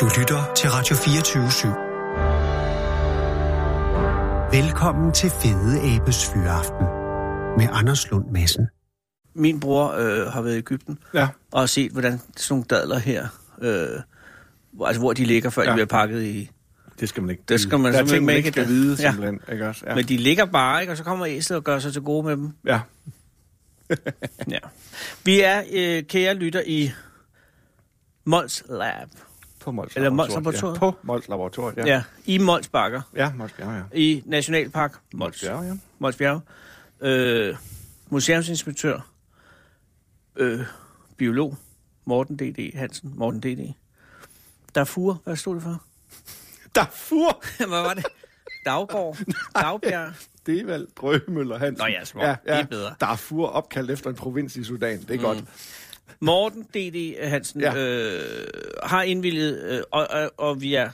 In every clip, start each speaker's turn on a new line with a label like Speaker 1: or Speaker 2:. Speaker 1: Du lytter til Radio 24 /7. Velkommen til Fede Abes Fyraften med Anders Lund Madsen.
Speaker 2: Min bror øh, har været i Ægypten
Speaker 3: Ja.
Speaker 2: og har set, hvordan sådan nogle dadler her, øh, hvor- altså hvor de ligger, før ja.
Speaker 3: Ja.
Speaker 2: de bliver pakket i.
Speaker 3: Det skal man ikke
Speaker 2: Det skal
Speaker 3: vide.
Speaker 2: man
Speaker 3: Der er
Speaker 2: simpelthen
Speaker 3: ting, man
Speaker 2: ikke
Speaker 3: ikke skal
Speaker 2: det.
Speaker 3: vide,
Speaker 2: Ja.
Speaker 3: simpelthen. Ikke også? Ja.
Speaker 2: Ja. Men de ligger bare, ikke? og så kommer æslet og gør sig til gode med dem.
Speaker 3: ja.
Speaker 2: Ja. Vi er, øh, kære lytter, i Mols Lab.
Speaker 3: På Mols
Speaker 2: Eller Mols
Speaker 3: Laboratoriet. Ja. På Mols Laboratoriet,
Speaker 2: Ja.
Speaker 3: ja.
Speaker 2: ja. I Mols Bakker.
Speaker 3: Ja, Mols, ja, ja.
Speaker 2: I Nationalpark Mols.
Speaker 3: Ja, ja.
Speaker 2: Mols Bjerge. Øh, museumsinspektør. Øh, biolog. Morten D.D. Hansen. Morten D.D. Darfur. Hvad stod det for?
Speaker 3: Darfur!
Speaker 2: Hvad var det? Daggård. Dagbjerg.
Speaker 3: Det er vel Drømøller Hansen.
Speaker 2: Nå ja, små. Det er bedre.
Speaker 3: Darfur opkaldt efter en provins i Sudan. Det er mm. godt.
Speaker 2: Morten D.D. Hansen ja.
Speaker 3: Ja.
Speaker 2: øh, har indvillet, øh, og, og, og vi er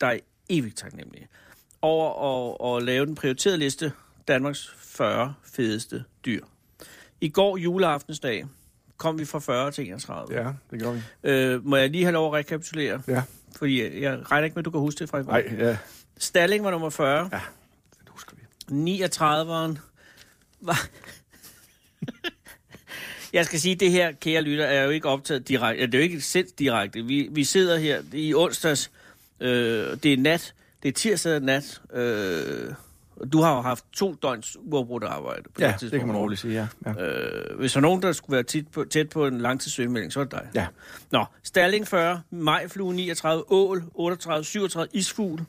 Speaker 2: dig evigt taknemmelige, over at, at lave den prioriterede liste Danmarks 40 fedeste dyr. I går juleaftensdag kom vi fra 40 til 31. Ja.
Speaker 3: Ja, det gør vi.
Speaker 2: Øh, må jeg lige have lov at rekapitulere?
Speaker 3: Ja.
Speaker 2: Fordi jeg, jeg regner ikke med, at du kan huske det fra i går.
Speaker 3: Nej, ja.
Speaker 2: Stalling var nummer 40.
Speaker 3: ja. Det husker vi.
Speaker 2: 39'eren var... Jeg skal sige, at det her, kære lytter, er jo ikke optaget direkte. Det er jo ikke sendt direkte. Vi, vi sidder her i onsdags. Øh, det er nat. Det er tirsdag nat. Øh, og du har jo haft to døgns uafbrudt arbejde. På
Speaker 3: Ja,
Speaker 2: det, tidspunkt.
Speaker 3: det kan man roligt sige, ja. ja.
Speaker 2: Øh, hvis der er nogen, der skulle være tæt på, tæt på en langtidssygemelding, så er det dig.
Speaker 3: Ja.
Speaker 2: Nå, Stalling 40, Majflue 39, Ål 38, 37, Isfugl,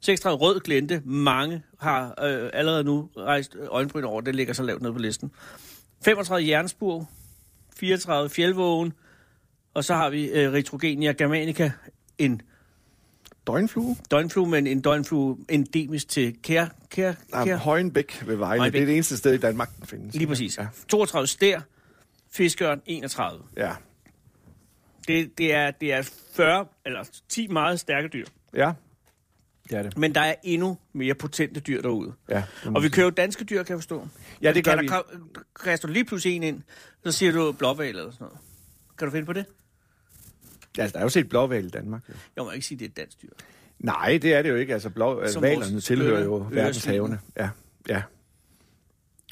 Speaker 2: 36, Rød Glente. Mange har øh, allerede nu rejst øjenbryn over, det ligger så lavt nede på listen. 35, Jernsburg, 34, Fjeldvågen, og så har vi øh, Retrogenia germanica, en
Speaker 3: Døgnflue?
Speaker 2: døgnflue, men en døgnflue endemisk til kær, kær,
Speaker 3: Ja.
Speaker 2: kær.
Speaker 3: Højenbæk ved Vejle.
Speaker 2: Højenbæk.
Speaker 3: Det er det eneste sted i Danmark, den findes.
Speaker 2: Lige præcis.
Speaker 3: Ja.
Speaker 2: 32 stær, fiskøren 31.
Speaker 3: Ja.
Speaker 2: Det, det, er, det er 40 eller 10 meget stærke dyr.
Speaker 3: Ja. Det er det.
Speaker 2: Men der er endnu mere potente dyr derude.
Speaker 3: Ja, det må
Speaker 2: og vi
Speaker 3: man sige.
Speaker 2: kører jo danske dyr, kan jeg forstå.
Speaker 3: Ja, det gør
Speaker 2: kan
Speaker 3: vi.
Speaker 2: Der, kra- kaster du lige pludselig en ind, så siger du blåval eller sådan noget. Kan du finde på det?
Speaker 3: Ja, altså, der er jo set blåval i Danmark. Jo.
Speaker 2: Jeg må ikke sige, det er et dansk dyr.
Speaker 3: Nej, det er det jo ikke. Altså, blå, altså,
Speaker 2: Som
Speaker 3: valerne
Speaker 2: vores
Speaker 3: tilhører
Speaker 2: ø-
Speaker 3: jo
Speaker 2: øresvin.
Speaker 3: verdenshavene. Ja, ja.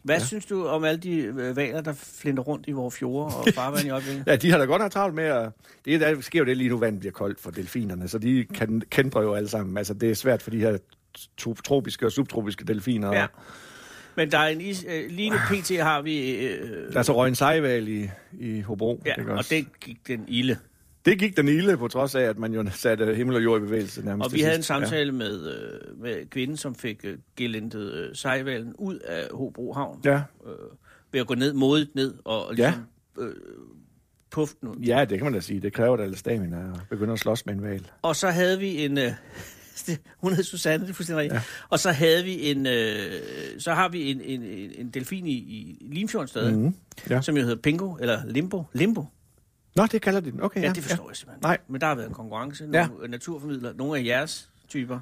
Speaker 2: Hvad ja. synes du om alle de øh, valer, der flinter rundt i vores fjorde og farvand i øjeblikket?
Speaker 3: Ja, de har da godt nok travlt med at... Det der sker jo det lige nu, vandet bliver koldt for delfinerne, så de kan, kender jo alle sammen. Altså, det er svært for de her to- tropiske og subtropiske delfiner. Ja.
Speaker 2: Men der er en is, øh, lige nu pt. har vi... Øh,
Speaker 3: Der er så røg en sejval i, i Hobro. ikke
Speaker 2: ja, og
Speaker 3: også?
Speaker 2: det gik den ilde.
Speaker 3: det gik den ilde, på trods af, at man jo satte himmel og jord i bevægelse nærmest.
Speaker 2: Og vi
Speaker 3: til
Speaker 2: havde en
Speaker 3: sidst.
Speaker 2: samtale ja. med, øh, med kvinden, som fik øh, gelintet øh, sejvalen ud af Hobro Havn.
Speaker 3: Ja.
Speaker 2: Øh, ved at gå ned, modigt ned og ligesom ja. øh, puffe den ud.
Speaker 3: Ja. ja, det kan man da sige. Det kræver da lidt stamina at begynde at slås med en val.
Speaker 2: Og så havde vi en... Øh, hun hed Susanne, det er fuldstændig rigtigt. Ja. Og så havde vi en... Øh, så har vi en, en, en, en delfin i, i Limfjorden stadig, mm.
Speaker 3: Mm. Ja.
Speaker 2: som jo hedder Pingo, eller Limbo. Limbo.
Speaker 3: Nå, det kalder de den. Okay,
Speaker 2: Ja, det forstår ja. jeg simpelthen.
Speaker 3: Nej.
Speaker 2: Men der har været en konkurrence.
Speaker 3: Ja.
Speaker 2: Nogle ja. naturformidlere, nogle af jeres typer,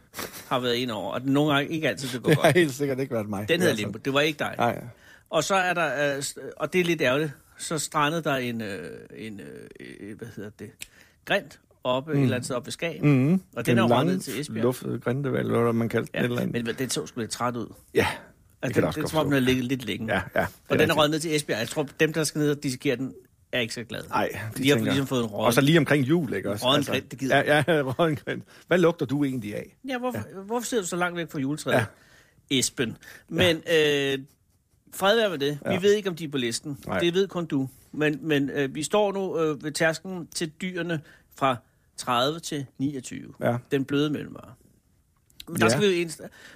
Speaker 2: har været ind over, og nogle gange ikke altid det går
Speaker 3: Det
Speaker 2: godt.
Speaker 3: har helt sikkert ikke været mig.
Speaker 2: Den hedder
Speaker 3: Altså,
Speaker 2: Limbo, det var ikke dig.
Speaker 3: Nej,
Speaker 2: Og så er der, øh, st- og det er lidt ærgerligt, så strandede der en, øh, en øh, øh, hvad hedder det, grint oppe mm. et eller andet sted oppe ved Skagen.
Speaker 3: Mm.
Speaker 2: Og den er jo røget ned til Esbjerg.
Speaker 3: luftede grindevalg, øh, eller hvad man kaldte ja,
Speaker 2: Ja,
Speaker 3: det. Eller andet.
Speaker 2: men den så sgu lidt træt ud.
Speaker 3: ja,
Speaker 2: Altså,
Speaker 3: kan
Speaker 2: den,
Speaker 3: jeg også
Speaker 2: den
Speaker 3: godt
Speaker 2: tror, om den
Speaker 3: forstå.
Speaker 2: har ligget lidt længe.
Speaker 3: ja, ja.
Speaker 2: og den er røget ned til Esbjerg. Jeg tror, dem, der skal ned og dissekere den, er ikke så glade.
Speaker 3: Nej,
Speaker 2: de, de har ligesom fået en råd.
Speaker 3: Og så lige omkring jul, ikke også? Altså,
Speaker 2: Rådden grind, det gider
Speaker 3: Ja, ja, rådden grind. Hvad lugter du egentlig af?
Speaker 2: Ja, hvorfor, ja. hvorfor sidder du så langt væk fra juletræet, ja.
Speaker 3: Ja.
Speaker 2: Esben? Men ja. øh, fred være med det. Vi ved ikke, om de er på listen. Nej.
Speaker 3: Nej.
Speaker 2: Det ved kun du. Men, men øh, vi står nu øh, ved tasken til dyrene fra 30 til 29.
Speaker 3: Ja.
Speaker 2: Den bløde mellemvare. Men der
Speaker 3: Ja.
Speaker 2: skal vi jo ind...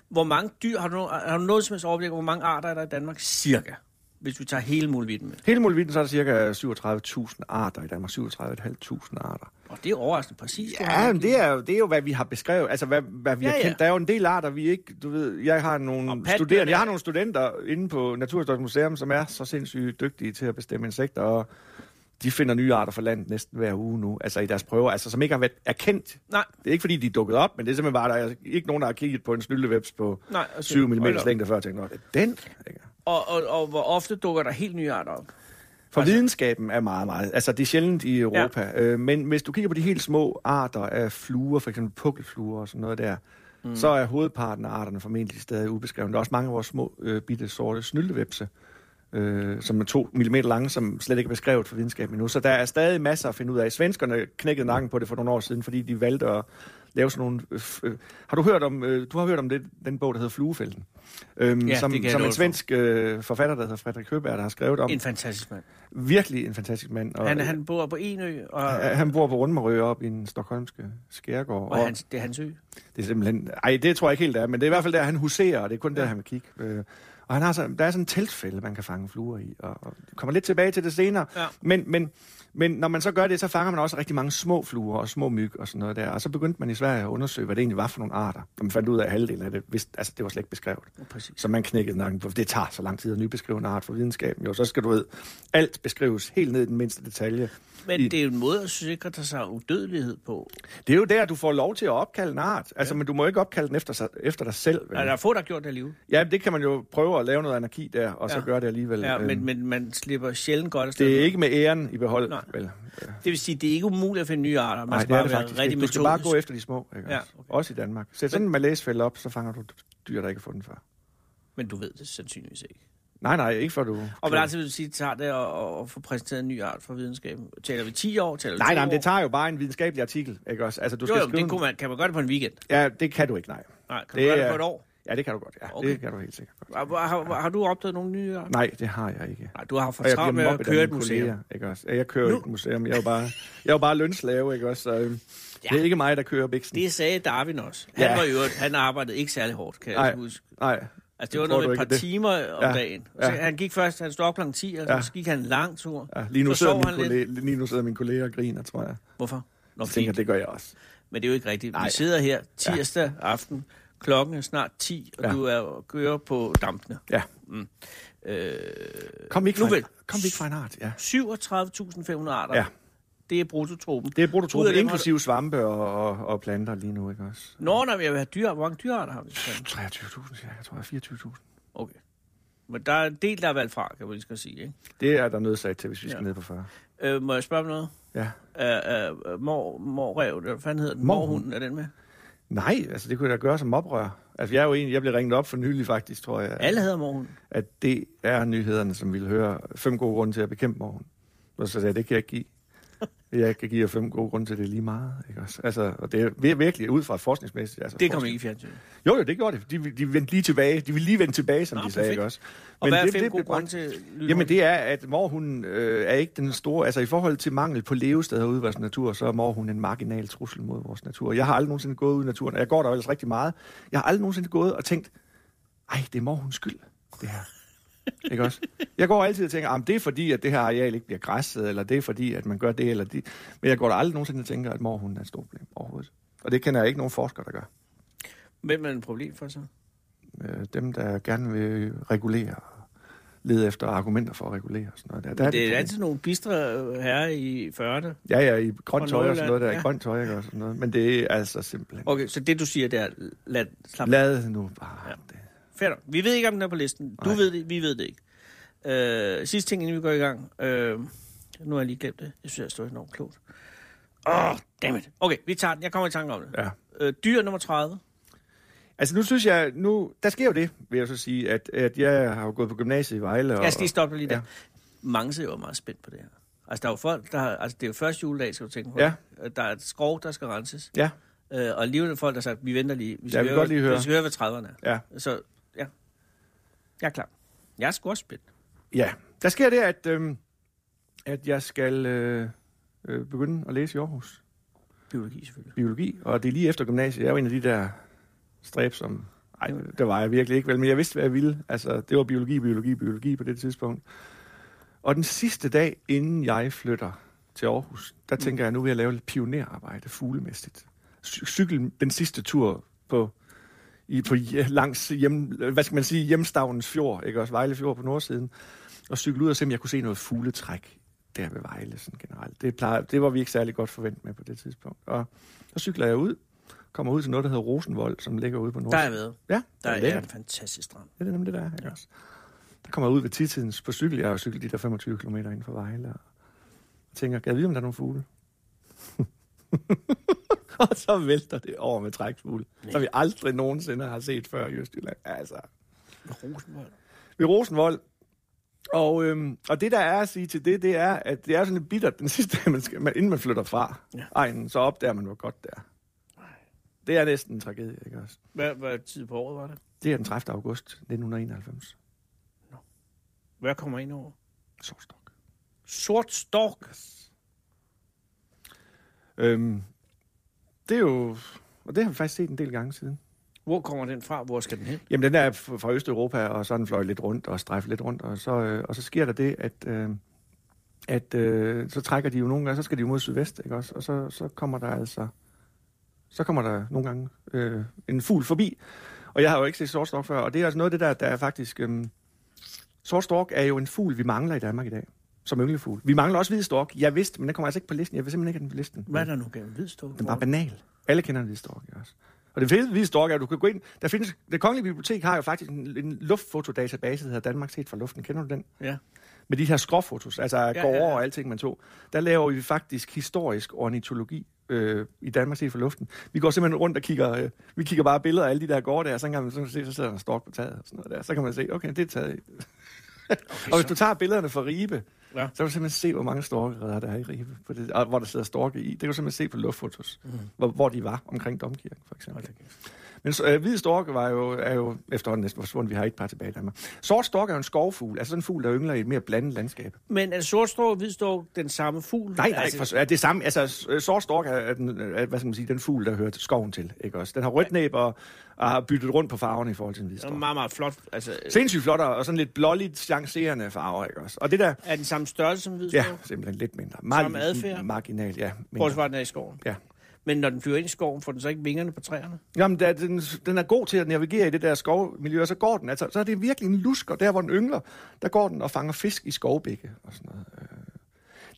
Speaker 2: Hvor mange dyr har du, no- har du noget som helst overblik over, hvor mange arter er der i Danmark? Cirka. Hvis vi tager hele muligheden med.
Speaker 3: Hele muligheden så er der cirka 37.000 arter i Danmark. 37.500 arter.
Speaker 2: Og det er overraskende præcis. du har
Speaker 3: Ja, men det er, jo, det er jo, hvad vi har beskrevet. Altså, hvad, hvad vi
Speaker 2: Ja,
Speaker 3: ja, har
Speaker 2: ja.
Speaker 3: kendt. Der er jo en del arter, vi ikke... Du ved, jeg har
Speaker 2: Og
Speaker 3: nogle
Speaker 2: patterne
Speaker 3: studerende,
Speaker 2: er-
Speaker 3: jeg har nogle studenter inde på Naturhistorisk Museum, som er så sindssygt dygtige til at bestemme insekter, og de finder nye arter for landet næsten hver uge nu, altså i deres prøver, altså som ikke har været erkendt.
Speaker 2: Nej.
Speaker 3: Det er ikke, fordi de er dukket op, men det er simpelthen bare, der er ikke nogen, der har kigget på en snyldeveps på
Speaker 2: Nej, og
Speaker 3: 7
Speaker 2: siger,
Speaker 3: mm
Speaker 2: hold op.
Speaker 3: længde før, og tænkt, "Nå, det er den. Ikke?
Speaker 2: Og, og, og hvor ofte dukker der helt nye arter op?
Speaker 3: For altså, videnskaben er meget, meget... Altså, det er sjældent i Europa. Ja. Øh, men hvis du kigger på de helt små arter af fluer, for eksempel pukkelfluer og sådan noget der, mm. så er hovedparten af arterne formentlig stadig ubeskrevet. Der er også mange af vores små, øh, bitte, sorte snyldevepse, øh, som er to millimeter lange, som slet ikke er beskrevet for videnskaben endnu. Så der er stadig masser at finde ud af. Svenskerne knækkede nakken på det for nogle år siden, fordi de valgte at lave sådan nogle... Øh, øh, har du hørt om... Øh, du har hørt om det, den bog, der hedder Fluefælden. Øhm,
Speaker 2: Ja,
Speaker 3: som
Speaker 2: det kan jeg
Speaker 3: som
Speaker 2: love
Speaker 3: en
Speaker 2: for.
Speaker 3: svensk øh, forfatter, der hedder Frederik Høberg, der har skrevet om.
Speaker 2: En fantastisk mand.
Speaker 3: Virkelig en fantastisk mand. Og,
Speaker 2: Han, han bor på en ø, og,
Speaker 3: Ja, Han bor på Rundmarø op i den stokholmske skærgård. Og,
Speaker 2: og hans, det er hans ø.
Speaker 3: Det er simpelthen... Ej, det tror jeg ikke helt, det er, men det er i hvert fald der, han huserer, og det er kun ja. der, han vil kigge. Øh, og han har så, der er sådan en teltfælde, man kan fange fluer i, og, og det kommer lidt tilbage til det senere.
Speaker 2: Ja.
Speaker 3: Men, men, men når man så gør det, så fanger man også rigtig mange små fluer og små myg og sådan noget der. Og så begyndte man i Sverige at undersøge, hvad det egentlig var for nogle arter. Og man fandt ud af, at halvdelen af det, vidste, altså, det var slet ikke beskrevet.
Speaker 2: Præcis.
Speaker 3: Så man knækkede nakken på, for det tager så lang tid at nybeskrive en art for videnskaben. Jo, så skal du ved, alt beskrives helt ned i den mindste detalje.
Speaker 2: Men
Speaker 3: I-
Speaker 2: det er jo en måde at sikre dig sig udødelighed på.
Speaker 3: Det er jo der, du får lov til at opkalde en art. Altså, ja. men du må ikke opkalde den efter, sig, efter dig selv. Vel?
Speaker 2: Ja. Altså, Der er få, der har gjort det alligevel.
Speaker 3: Ja, det kan man jo prøve at lave noget anarki der, og ja. så
Speaker 2: Ja.
Speaker 3: gøre det alligevel.
Speaker 2: Ja,
Speaker 3: Øhm,
Speaker 2: men, men man slipper sjældent godt afsted.
Speaker 3: Det er ikke med æren i behold,
Speaker 2: Nej.
Speaker 3: vel? Øh,
Speaker 2: det vil sige, det er ikke umuligt at finde nye arter. Man
Speaker 3: Nej,
Speaker 2: skal
Speaker 3: det er
Speaker 2: bare
Speaker 3: det
Speaker 2: være
Speaker 3: faktisk
Speaker 2: rigtig
Speaker 3: ikke. Du skal bare gå
Speaker 2: metodisk.
Speaker 3: efter de små, ikke?
Speaker 2: Ja,
Speaker 3: Ja,
Speaker 2: okay.
Speaker 3: okay. Også i Danmark. Sæt sådan en malæsfælde op, så fanger du dyr, der ikke har fundet før.
Speaker 2: Men du ved det sandsynligvis ikke.
Speaker 3: Nej, nej, ikke før du...
Speaker 2: Og hvor lang tid vil du sige, det tager det at, at få præsenteret en ny art fra videnskaben? Taler vi 10 år? Taler vi
Speaker 3: Nej,
Speaker 2: 20
Speaker 3: nej, men
Speaker 2: år?
Speaker 3: det tager jo bare en videnskabelig artikel, ikke også? Altså, du
Speaker 2: Jo,
Speaker 3: skal
Speaker 2: jo, men
Speaker 3: skrive...
Speaker 2: det kunne man, kan man gøre det på en weekend?
Speaker 3: man... Ja, det kan du ikke, nej.
Speaker 2: Nej, kan det, man
Speaker 3: Det
Speaker 2: gøre det
Speaker 3: er-
Speaker 2: på et år?
Speaker 3: Ja, det kan du godt. Ja,
Speaker 2: Okay.
Speaker 3: okay. det kan du helt sikkert godt.
Speaker 2: Har, har, har du opdaget nogle nye arter?
Speaker 3: Nej, det har jeg ikke.
Speaker 2: Nej, du har haft for
Speaker 3: Og jeg
Speaker 2: travlt med
Speaker 3: bliver
Speaker 2: at
Speaker 3: mobbet af
Speaker 2: køre et
Speaker 3: mine
Speaker 2: museum.
Speaker 3: kolleger, ikke også? Jeg kører
Speaker 2: Nu-
Speaker 3: ikke et museum. Jeg er jo bare, jeg er jo bare lønslave, ikke også? Så, øhm,
Speaker 2: Ja.
Speaker 3: Det er ikke mig, der kører biksen.
Speaker 2: Det sagde Darwin også. Han
Speaker 3: Ja.
Speaker 2: var i øvrigt, han arbejdede ikke særlig hårdt, kan jeg
Speaker 3: Nej.
Speaker 2: huske.
Speaker 3: Nej,
Speaker 2: Altså, det var
Speaker 3: tror
Speaker 2: noget
Speaker 3: du
Speaker 2: med et
Speaker 3: ikke,
Speaker 2: par
Speaker 3: det-
Speaker 2: timer om
Speaker 3: Ja.
Speaker 2: dagen. Så
Speaker 3: Ja.
Speaker 2: han gik først, han stod op kl. 10, og så,
Speaker 3: Ja.
Speaker 2: så gik han en lang tur.
Speaker 3: Ja, lige, nu
Speaker 2: Så
Speaker 3: sidder
Speaker 2: sov
Speaker 3: mine
Speaker 2: han lidt.
Speaker 3: kollega, lige nu sidder mine kolleger og griner, tror jeg.
Speaker 2: Hvorfor? Nå,
Speaker 3: Jeg
Speaker 2: fordi,
Speaker 3: tænker, det gør jeg også.
Speaker 2: Men det er jo ikke rigtigt. Vi
Speaker 3: Nej.
Speaker 2: sidder her tirsdag aften, klokken er snart 10, og
Speaker 3: Ja.
Speaker 2: du er kører på dampene.
Speaker 3: Ja.
Speaker 2: Øh,
Speaker 3: Kom ikke
Speaker 2: Nu
Speaker 3: fra, en,
Speaker 2: vel.
Speaker 3: kom ikke fra en art, ja.
Speaker 2: 37.500 arter.
Speaker 3: Ja.
Speaker 2: Det er bruttotropen.
Speaker 3: Det er
Speaker 2: Ud af
Speaker 3: brutotropen,
Speaker 2: dem
Speaker 3: inklusive svampe og, og, og planter lige nu, ikke også?
Speaker 2: Nå, når vi har været dyr, hvor mange dyrearter har vi? i Danmark?
Speaker 3: 23.000, cirka, tror jeg. 24.000.
Speaker 2: Okay. Men der er en del, der er valgt fra, kan man lige skal sige. Ikke?
Speaker 3: Det er der nødsat til, hvis vi skal
Speaker 2: Ja.
Speaker 3: ja. ned på 40.
Speaker 2: Øh, må jeg spørge om noget?
Speaker 3: Ja.
Speaker 2: Øh, øh, mor, morrev, eller hvad fanden hedder den?
Speaker 3: Morhund.
Speaker 2: Morhunden, er den med?
Speaker 3: Nej, altså det kunne jeg da gøre som oprør. Altså jeg er jo en, jeg blev ringet op for nylig faktisk, tror jeg.
Speaker 2: Alle hedder morhunden.
Speaker 3: At det er nyhederne, som ville høre fem gode grunde til at bekæmpe morgen. Og så sagde jeg, det kan jeg ikke give. Jeg kan give jer fem gode grunde til det er lige meget, ikke også? Altså, og det er vir- virkelig ud fra forskningsmæssigt. Altså
Speaker 2: Det kom
Speaker 3: forskning-
Speaker 2: ikke i fjernsynet.
Speaker 3: Jo, jo, det gjorde det. De, de vendte lige tilbage. De ville lige vende tilbage, som
Speaker 2: Nå,
Speaker 3: Nå, de sagde,
Speaker 2: perfekt.
Speaker 3: ikke også?
Speaker 2: Og hvad er
Speaker 3: det-
Speaker 2: fem
Speaker 3: det
Speaker 2: gode
Speaker 3: blev
Speaker 2: grunde
Speaker 3: brændt.
Speaker 2: til lynhurtigt?
Speaker 3: Jamen, det er, at morhunden øh, er ikke den store... Altså, i forhold til mangel på levesteder ude i vores natur, så er morhunden en marginal trussel mod vores natur. Jeg har aldrig nogensinde gået ud i naturen, og jeg går der jo ellers rigtig meget. Jeg har aldrig nogensinde gået og tænkt, ej, det er morhundens skyld, det her. ikke også? Jeg går altid og tænker, "Ah, men det er fordi, at det her areal ikke bliver græsset, eller det er fordi, at man gør det, eller det. Men jeg går der aldrig nogensinde og tænker, at morhunden er et stort problem overhovedet. Og det kender jeg ikke nogen forsker, der gør.
Speaker 2: Hvem er en problem for så?
Speaker 3: øh, dem, der gerne vil regulere og lede efter argumenter for at regulere og sådan noget. Der, der
Speaker 2: Det er
Speaker 3: problem.
Speaker 2: altid nogle bistre øh, herrer i 40'erne.
Speaker 3: Ja, ja, i
Speaker 2: Fra
Speaker 3: grønt tøj og sådan noget der,
Speaker 2: Nordjylland, ja.
Speaker 3: i grønt tøj ikke, og sådan noget. Men det er altså simpelthen...
Speaker 2: Okay, så det du siger, det er, lad, slap
Speaker 3: Lad nu bare
Speaker 2: Ja.
Speaker 3: ja. det.
Speaker 2: Fair nok. Vi ved ikke, om den er på listen. Du Nej.
Speaker 3: Nej.
Speaker 2: ved det, vi ved det ikke. Øh, sidste ting, inden vi går i gang. Øh, nu har jeg lige glemt det. Jeg synes, jeg står enormt klogt. Åh, oh, dammit. Okay, vi tager den. Jeg kommer i tanke om det.
Speaker 3: Ja.
Speaker 2: Øh, dyr nummer 30.
Speaker 3: Altså nu synes jeg, nu, der sker jo det, vil jeg så sige, at, at jeg har jo gået på gymnasiet i Vejle. Og,
Speaker 2: Jeg skal lige stoppe dig lige der.
Speaker 3: Ja.
Speaker 2: Mange ser jo meget spændt på det her. Altså, der er jo folk, der har, altså, det er jo første juledag, skal du tænke på. Øh,
Speaker 3: Ja.
Speaker 2: Der er et skrov, der skal renses.
Speaker 3: Ja,
Speaker 2: Øh, og alligevel er der folk, der har sagt, vi venter lige. Vi
Speaker 3: vil godt lige høre.
Speaker 2: Vi skal høre, hvad 30'erne er.
Speaker 3: ja,
Speaker 2: Så, ja. Jeg er klar. Jeg er sgu også spændt.
Speaker 3: ja. Der sker det, at, øhm, at jeg skal øh, øh, begynde at læse i Aarhus
Speaker 2: Biologi selvfølgelig.
Speaker 3: biologi, og det er lige efter gymnasiet. Jeg var en af de der stræb, som... Ej, det var jeg virkelig ikke vel, men jeg vidste, hvad jeg ville. Altså, det var biologi, biologi, biologi på det tidspunkt. Og den sidste dag, inden jeg flytter til Aarhus, der tænker jeg, nu vil jeg lave lidt pionerarbejde fuglemæssigt. Cy- Cykle den sidste tur på, i, på hje- langs hjem, hvad skal man sige, hjemstavnens fjord, ikke også Vejle Fjord på nordsiden, og cykle ud og se, om jeg kunne se noget fugletræk der ved Vejle sådan generelt. Det, plejer, det var vi ikke særlig godt forventet med på det tidspunkt. Og så cykler jeg ud, kommer ud til noget, der hedder Rosenvold, som ligger ude på
Speaker 2: Der er jeg
Speaker 3: nordsiden.
Speaker 2: ved.
Speaker 3: Ja,
Speaker 2: Der
Speaker 3: det
Speaker 2: er
Speaker 3: lækkert.
Speaker 2: en fantastisk strand.
Speaker 3: Ja, det er nemlig det, der er. Ikke også? Der kommer jeg ud ved tidtidens på cykel. Jeg har jo cyklet de der 25 km inden for Vejle. Og tænker, kan jeg vide, om der er nogle fugle? og så vælter det over med trækfugle, som vi aldrig nogensinde har set før i Østjylland. Altså,
Speaker 2: Rosenvold.
Speaker 3: ved Rosenvold. Og, øhm, og det, der er at sige til det, det er, at det er sådan lidt bittert den sidste, dag, man skal, man, inden man flytter fra
Speaker 2: Ja.
Speaker 3: ja. egen, så opdager man, hvor godt det er. Det er næsten en tragedie, ikke også?
Speaker 2: Hvad, hvad tid på året var det?
Speaker 3: Det er den 30. august 1991.
Speaker 2: Hvad kommer ind over?
Speaker 3: Sorgstok.
Speaker 2: Sort stork.
Speaker 3: Øhm, det er jo... Og det har vi faktisk set en del gange siden.
Speaker 2: Hvor kommer den fra? Hvor skal den hen?
Speaker 3: Jamen, den er f- fra Østeuropa, og så er den fløjet lidt rundt og strejfet lidt rundt, og så, øh, og så sker der det, at, øh, at øh, så trækker de jo nogle gange, så skal de jo mod sydvest, ikke også? Og så, så kommer der altså, så kommer der nogle gange øh, en fugl forbi. Og jeg har jo ikke set sortstork før, og det er altså noget af det der, der er faktisk... Øh, sortstork er jo en fugl, vi mangler i Danmark i dag, som ynglefugl. Vi mangler også hvidstork, jeg vidste, men den kommer altså ikke på listen. Jeg vil simpelthen ikke have den på listen.
Speaker 2: Hvad er der nu gennem hvidstork?
Speaker 3: Den var banal. Alle kender en hvide stork, ikke også? Og det fede hvide stork er, at du kan gå ind... Der findes, det kongelige bibliotek har jo faktisk en, en luftfotodatabase, der hedder Danmark set fra luften. Kender du den?
Speaker 2: Ja.
Speaker 3: Med de her skråfotos, altså ja, gårde
Speaker 2: ja,
Speaker 3: ja,
Speaker 2: ja.
Speaker 3: og alting, man tog. Der laver vi faktisk historisk ornitologi øh, i Danmark set fra luften. Vi går simpelthen rundt og kigger... Øh, vi kigger bare billeder af alle de der gårde der, og så kan man så se, så sidder der en stork på taget og sådan noget der. Så kan man se, okay, det er taget i. Okay, og hvis
Speaker 2: så-
Speaker 3: du tager billederne fra Ribe,
Speaker 2: Ja.
Speaker 3: ja. så kan du simpelthen se, hvor mange storkereder der er i Ribe, på det, og hvor der sidder storke i. Det kan du simpelthen se på luftfotos, mm. hvor, hvor de var omkring Domkirken, for eksempel.
Speaker 2: Hold da
Speaker 3: Okay. Men så, øh, hvide storke var jo, er jo efterhånden næsten forsvundet. Vi har et par tilbage i Danmark. Sort storke er jo en skovfugl, altså sådan en fugl, der yngler i et mere blandet landskab.
Speaker 2: Men er sort stork og hvidstork den samme fugl?
Speaker 3: Nej, nej,
Speaker 2: altså,
Speaker 3: altså, for, er det samme. Altså, s- øh, sort stork er, er, den, øh, er, hvad skal man sige, den fugl, der hører til skoven til, ikke også? Den har rødt næb og, og, har byttet rundt på farverne i forhold til en hvid
Speaker 2: Den er
Speaker 3: stork.
Speaker 2: meget, meget flot. Altså,
Speaker 3: Sindssygt flot og og sådan lidt blåligt chancerende farver, ikke også? Og det der,
Speaker 2: er den samme størrelse som
Speaker 3: Ja,
Speaker 2: hvidstork?
Speaker 3: simpelthen lidt mindre.
Speaker 2: Samme adfærd?
Speaker 3: Marginal, ja.
Speaker 2: Prøv at
Speaker 3: Mindre.
Speaker 2: svare, den er i skoven.
Speaker 3: Ja.
Speaker 2: Men når den flyver ind i skoven, får den så ikke vingerne på træerne?
Speaker 3: Jamen, der, den, den er god til at navigere i det der skovmiljø, og så går den. Altså, så er det virkelig en lusker, der hvor den yngler, der går den og fanger fisk i skovbække og sådan noget. Øh.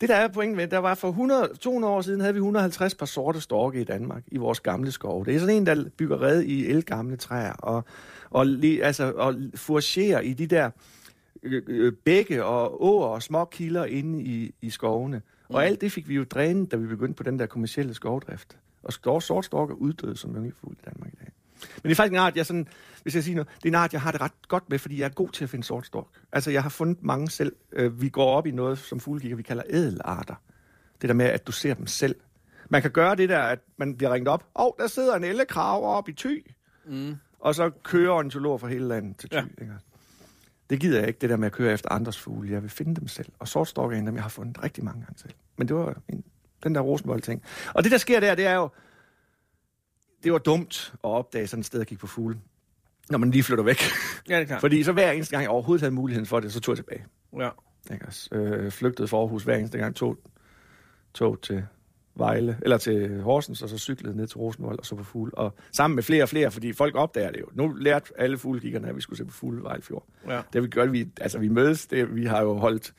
Speaker 3: Det der er pointen med, der var for 100, 200 år siden, havde vi 150 par sorte storke i Danmark, i vores gamle skove. Det er sådan en, der bygger red i elgamle træer, og, og, le- altså, og fouragerer i de der øh, øh, bække og åer og små kilder inde i, i skovene. Og alt det fik vi jo drænet, da vi begyndte på den der kommercielle skovdrift. Og skov, sort stork er uddød som ynglefugl i Danmark i dag. Men det er faktisk en art, jeg sådan, hvis jeg siger noget, det er en art, jeg har det ret godt med, fordi jeg er god til at finde sort stork. Altså, jeg har fundet mange selv. Øh, Vi går op i noget, som fuglekikker, vi kalder ædelarter. Det der med, at du ser dem selv. Man kan gøre det der, at man bliver ringet op. Åh, oh, der sidder en ellekrav oppe i Thy. Mm. Og så kører ornitologer fra hele landet til Thy.
Speaker 2: Ja.
Speaker 3: Ja. Ikke? Det gider jeg ikke, det der med at køre efter andres fugle. Jeg vil finde dem selv. Og sortstok er en af dem, jeg har fundet rigtig mange gange selv. Men det var en, den der Rosenvold-ting. Og det, der sker der, det er jo... Det var dumt at opdage sådan et sted at kigge på fugle, når man lige flytter væk.
Speaker 2: Ja, det er klart.
Speaker 3: Fordi så hver eneste gang, jeg overhovedet havde muligheden for det, så tog jeg tilbage.
Speaker 2: Ja.
Speaker 3: Ikke? også? Øh, flygtede fra Aarhus hver eneste gang, tog, tog til Vejle, eller til Horsens, og så cyklede ned til Rosenvold og så på fugle. Og sammen med flere og flere, fordi folk opdager det jo. Nu lærte alle fuglekiggerne, at vi skulle se på fugle i Vejlefjord.
Speaker 2: Ja.
Speaker 3: Det har vi gjort, vi, altså vi mødes, det, vi har jo holdt,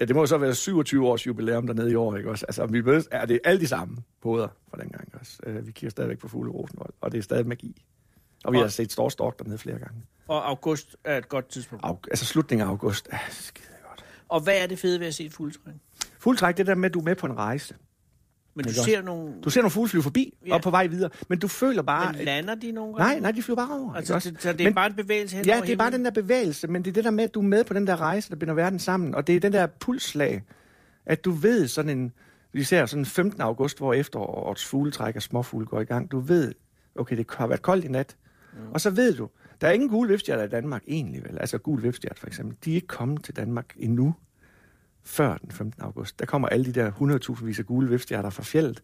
Speaker 3: ja det må jo så være 27 års jubilæum dernede i år, ikke også? Altså vi mødes, er det alle de samme hoveder fra dengang ikke også. Øh, vi kigger stadigvæk på fugle i Rosenvold, og det er stadig magi. Og vi
Speaker 2: Og-
Speaker 3: har set stor stork dernede flere gange.
Speaker 2: Og august er et godt tidspunkt.
Speaker 3: Au, altså slutningen af august, ah, skide godt.
Speaker 2: Og hvad er det fede ved at se et fuldtræn?
Speaker 3: Fuldtræk, det der med, at du er med på en rejse.
Speaker 2: Men du
Speaker 3: Det er
Speaker 2: ser nogle...
Speaker 3: Du ser nogle fugle flyve forbi
Speaker 2: Ja.
Speaker 3: ja. og på vej videre, men du føler bare...
Speaker 2: Men lander de nogle gange?
Speaker 3: Nej, nej, de flyver bare over.
Speaker 2: Altså,
Speaker 3: ikke også?
Speaker 2: det, så det er
Speaker 3: Men-
Speaker 2: bare en bevægelse hen
Speaker 3: Ja,
Speaker 2: over
Speaker 3: det er bare
Speaker 2: himlen?
Speaker 3: den der bevægelse, men det er det der med, at du er med på den der rejse, der binder verden sammen, og det er den der pulslag, at du ved sådan en, især sådan 15. august, hvor efterårets fugletræk og småfugle går i gang, du ved, okay, det har været koldt i nat, mm. og så ved du, der er ingen gule vipstjerter i Danmark egentlig, vel? altså gul vipstjert for eksempel, de er ikke kommet til Danmark endnu, før den 15. august. Der kommer alle de der 100.000 vis af gule vipstjerter fra fjellet,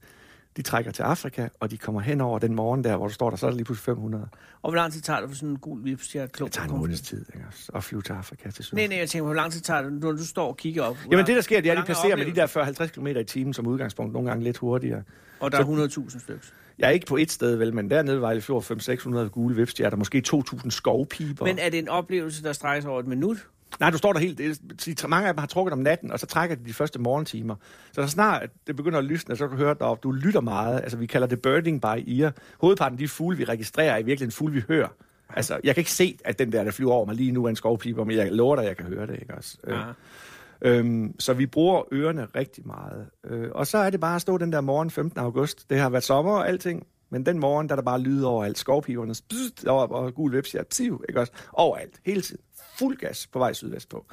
Speaker 3: de trækker til Afrika, og de kommer hen over den morgen der, hvor du står der, så er der lige pludselig 500.
Speaker 2: Og hvor lang tid tager det for sådan en gul vipstjerne klump?
Speaker 3: Det tager en måneds tid, ikke? også? At flyve til Afrika til Sydafrika.
Speaker 2: Nej, nej, jeg tænker, hvor lang tid tager det, når du står og kigger op? Hvor
Speaker 3: Jamen
Speaker 2: lang-
Speaker 3: det, der sker, det er,
Speaker 2: hvor
Speaker 3: at de
Speaker 2: lang
Speaker 3: passerer med de
Speaker 2: oplevelsen?
Speaker 3: der 40-50 km i timen som udgangspunkt, nogle gange lidt hurtigere.
Speaker 2: Og der er 100.000 stykker.
Speaker 3: Jeg er ikke på et sted, vel, men dernede i Vejle Fjord 500-600 gule vipstjerter, måske 2.000 skovpiber.
Speaker 2: Men er det en oplevelse, der strækker sig over et minut?
Speaker 3: Nej, du står der helt... det- de- Mange af dem har trukket om natten, og så trækker de de første morgentimer. Så så snart at det begynder at lysne, så kan du høre deroppe, du lytter meget. Altså, vi kalder det birding by ear. Hovedparten af de fugle, vi registrerer, er i virkeligheden fugle, vi hører. Altså, jeg kan ikke se, at den der, der flyver over mig lige nu, er en skovpiber, men jeg lover dig, at jeg kan høre det, ikke også? Øh,
Speaker 2: Ja.
Speaker 3: Øhm, så vi bruger ørerne rigtig meget. Øh, og så er det bare at stå den der morgen 15. august. Det har været sommer og alting, men den morgen, der er der bare lyde over alt. Skovpiberne, spst, og, og gul veps, ja, tiv, ikke også? Overalt, hele tiden. Fuld gas på vej sydvest på.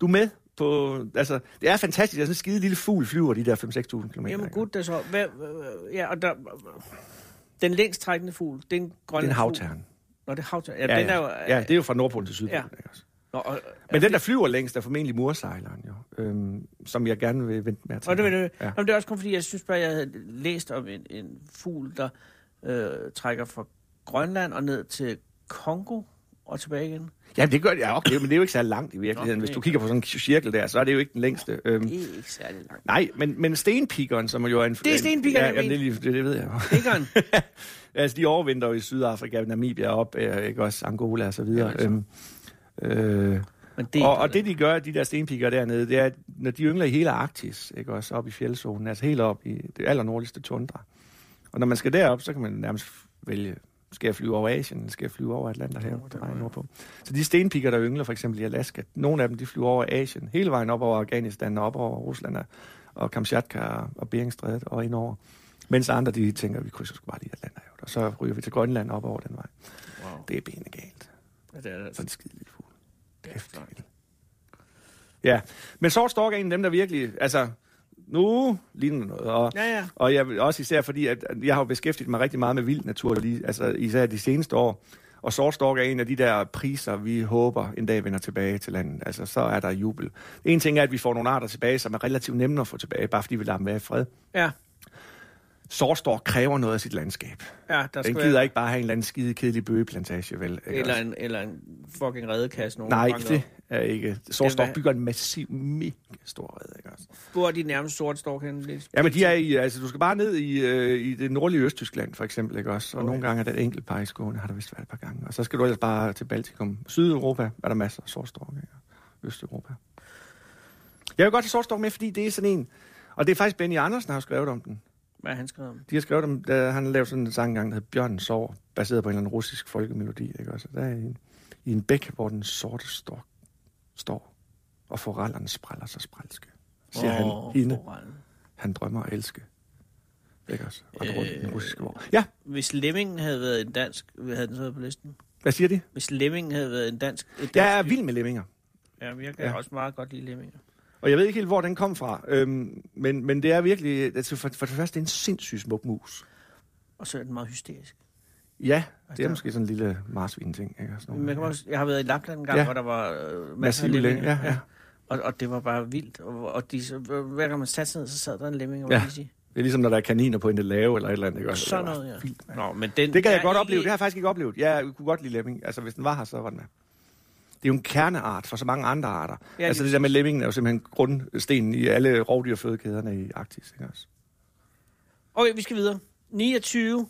Speaker 3: Du er med på, altså, det er fantastisk, at sådan en skide lille fugl flyver de der 5-6.000 km.
Speaker 2: Jamen gud, det er så... Hvad, øh, ja, og der, den længst trækkende fugl, det er en grøn
Speaker 3: Det er en havtern.
Speaker 2: Nå, det er havtern. Ja, ja, den er jo... øh,
Speaker 3: ja, det er jo fra Nordpolen til Sydpolen,
Speaker 2: Ja.
Speaker 3: ikke også?
Speaker 2: Nå, og,
Speaker 3: Men den, der flyver længst, er formentlig mursejleren, jo. Øhm, som jeg gerne vil vente med at
Speaker 2: og det, det, det,
Speaker 3: Ja.
Speaker 2: jamen, det er også kun fordi, jeg synes bare, jeg havde læst om en, en fugl, der øh, trækker fra Grønland og ned til Kongo og tilbage igen.
Speaker 3: Ja, det gør det. Ja, okay, men det er jo ikke så langt i virkeligheden.
Speaker 2: Nå,
Speaker 3: Hvis
Speaker 2: det-
Speaker 3: du kigger på sådan en cirkel der, så er det jo ikke den længste. Øhm,
Speaker 2: Det er ikke særlig langt.
Speaker 3: nej, men, men stenpikeren, som jo er en...
Speaker 2: Det er stenpikeren,
Speaker 3: ja,
Speaker 2: jeg
Speaker 3: jamen, det,
Speaker 2: mener.
Speaker 3: er lige- det, det ved jeg jo.
Speaker 2: Pikkeren.
Speaker 3: altså, de overvinder jo i Sydafrika, Namibia op, øh, ikke også Angola og så videre.
Speaker 2: Ja,
Speaker 3: øhm, øh,
Speaker 2: Men det er
Speaker 3: og, og det, de gør, de der stenpikker dernede, det er, at når de yngler i hele Arktis, ikke også, op i fjeldzonen, altså helt op i det allernordligste tundra. Og når man skal derop, så kan man nærmest vælge, skal jeg flyve over Asien, eller skal jeg flyve over Atlanterhavet, der er nordpå. Så de stenpikker, der yngler for eksempel i Alaska, nogle af dem, de flyver over Asien, hele vejen op over Afghanistan, og op over Rusland, og- og Kamchatka og Beringstrædet og indover. Mens andre, de tænker, vi krydser sgu bare lige Atlanterhavet, og så ryger vi til Grønland op over den vej.
Speaker 2: Wow.
Speaker 3: Det er benegalt.
Speaker 2: Ja, det altså. er,
Speaker 3: Så
Speaker 2: det.
Speaker 3: er Altså, det skide lille fugle. Kæft, det er vildt. Ja, men sort stork er en af dem, der virkelig, altså, nu ligner noget. Og,
Speaker 2: Ja, ja.
Speaker 3: og jeg, vil- også især fordi, at at jeg har jo beskæftiget mig rigtig meget med vild natur, lige, altså især de seneste år. Og sort stork er en af de der priser, vi håber en dag vender tilbage til landet. Altså, så er der jubel. En ting er, at vi får nogle arter tilbage, som er relativt nemme at få tilbage, bare fordi vi lader dem være i fred.
Speaker 2: ja,
Speaker 3: Sort stork kræver noget af sit landskab.
Speaker 2: ja, der
Speaker 3: Den
Speaker 2: skal
Speaker 3: gider
Speaker 2: være,
Speaker 3: ikke bare have en eller anden skide kedelig bøgeplantage, vel? Ikke
Speaker 2: eller,
Speaker 3: også?
Speaker 2: en, eller en fucking redekasse. Nogen
Speaker 3: Nej,
Speaker 2: banker
Speaker 3: det
Speaker 2: op.
Speaker 3: er ikke. Sort
Speaker 2: hvad-
Speaker 3: Stork bygger en massiv, mega stor red, ikke også?
Speaker 2: Hvor er de nærmest sort stork henne? Lidt?
Speaker 3: Ja, men de er i, altså, du skal bare ned i, øh, i det nordlige Østtyskland, for eksempel, ikke også? Og nogle gange er der et enkelt par i Skåne, har der vist været et par gange. Og så skal du ellers bare til Baltikum. Sydeuropa er der masser af sortstork, ikke? Østeuropa. Jeg vil godt have sortstork med, fordi det er sådan en... Og det er faktisk Benny Andersen, der har skrevet om den.
Speaker 2: Hvad har han skrevet om?
Speaker 3: De har skrevet om, da han lavede sådan en sang engang, der hed Bjørn Sår, baseret på en eller anden russisk folkemelodi, ikke også? Der er en, i en bæk, hvor den sorte stork står, og forallerne spræller sig sprælske, siger
Speaker 2: Åh,
Speaker 3: han hende.
Speaker 2: korallen.
Speaker 3: Han drømmer at elske. Ikke også? Og øh... rundt i den russiske vår. Ja,
Speaker 2: Hvis Lemmingen havde været en dansk, havde den så været på listen?
Speaker 3: hvad siger de?
Speaker 2: Hvis Lemmingen havde været en dansk... Et dansk
Speaker 3: Jeg er vild med lemminger.
Speaker 2: Ja, men jeg kan ja.
Speaker 3: Ja.
Speaker 2: også meget godt lide Lemminger.
Speaker 3: Og jeg ved ikke helt, hvor den kom fra. Øhm, men, men det er virkelig... Altså for, for det første, det er en sindssygt smuk mus.
Speaker 2: Og så er den meget hysterisk.
Speaker 3: Ja, det
Speaker 2: der-
Speaker 3: er måske sådan en lille marsvin-ting. Ikke? Og
Speaker 2: Altså,
Speaker 3: sådan
Speaker 2: Men
Speaker 3: noget.
Speaker 2: Man kan også, jeg har været i Lapland en gang, ja.
Speaker 3: Ja.
Speaker 2: hvor der var øh, masser
Speaker 3: Massive
Speaker 2: af
Speaker 3: læng-
Speaker 2: lemminger.
Speaker 3: ja, ja.
Speaker 2: Og, og det var bare vildt. Og, og de, så- hver gang man satte sig ned, så sad der en lemming. Og
Speaker 3: Ja.
Speaker 2: ja. sige.
Speaker 3: Det er ligesom, når der er kaniner på en lave eller et eller andet. Ikke? også?
Speaker 2: Sådan
Speaker 3: Det er bare
Speaker 2: noget, ja. Nå, men den,
Speaker 3: Det kan jeg,
Speaker 2: er
Speaker 3: godt
Speaker 2: ikke-
Speaker 3: opleve. Det har jeg faktisk ikke oplevet. Jeg kunne godt lide lemming. Altså, hvis den var her, så var den med. Det er jo en kerneart for så mange andre arter.
Speaker 2: Ja,
Speaker 3: Ja, altså,
Speaker 2: lige
Speaker 3: det der med lemmingen er jo simpelthen grundstenen i alle rovdyrfødekæderne i Arktis. Ikke også?
Speaker 2: Okay, vi skal videre. 29.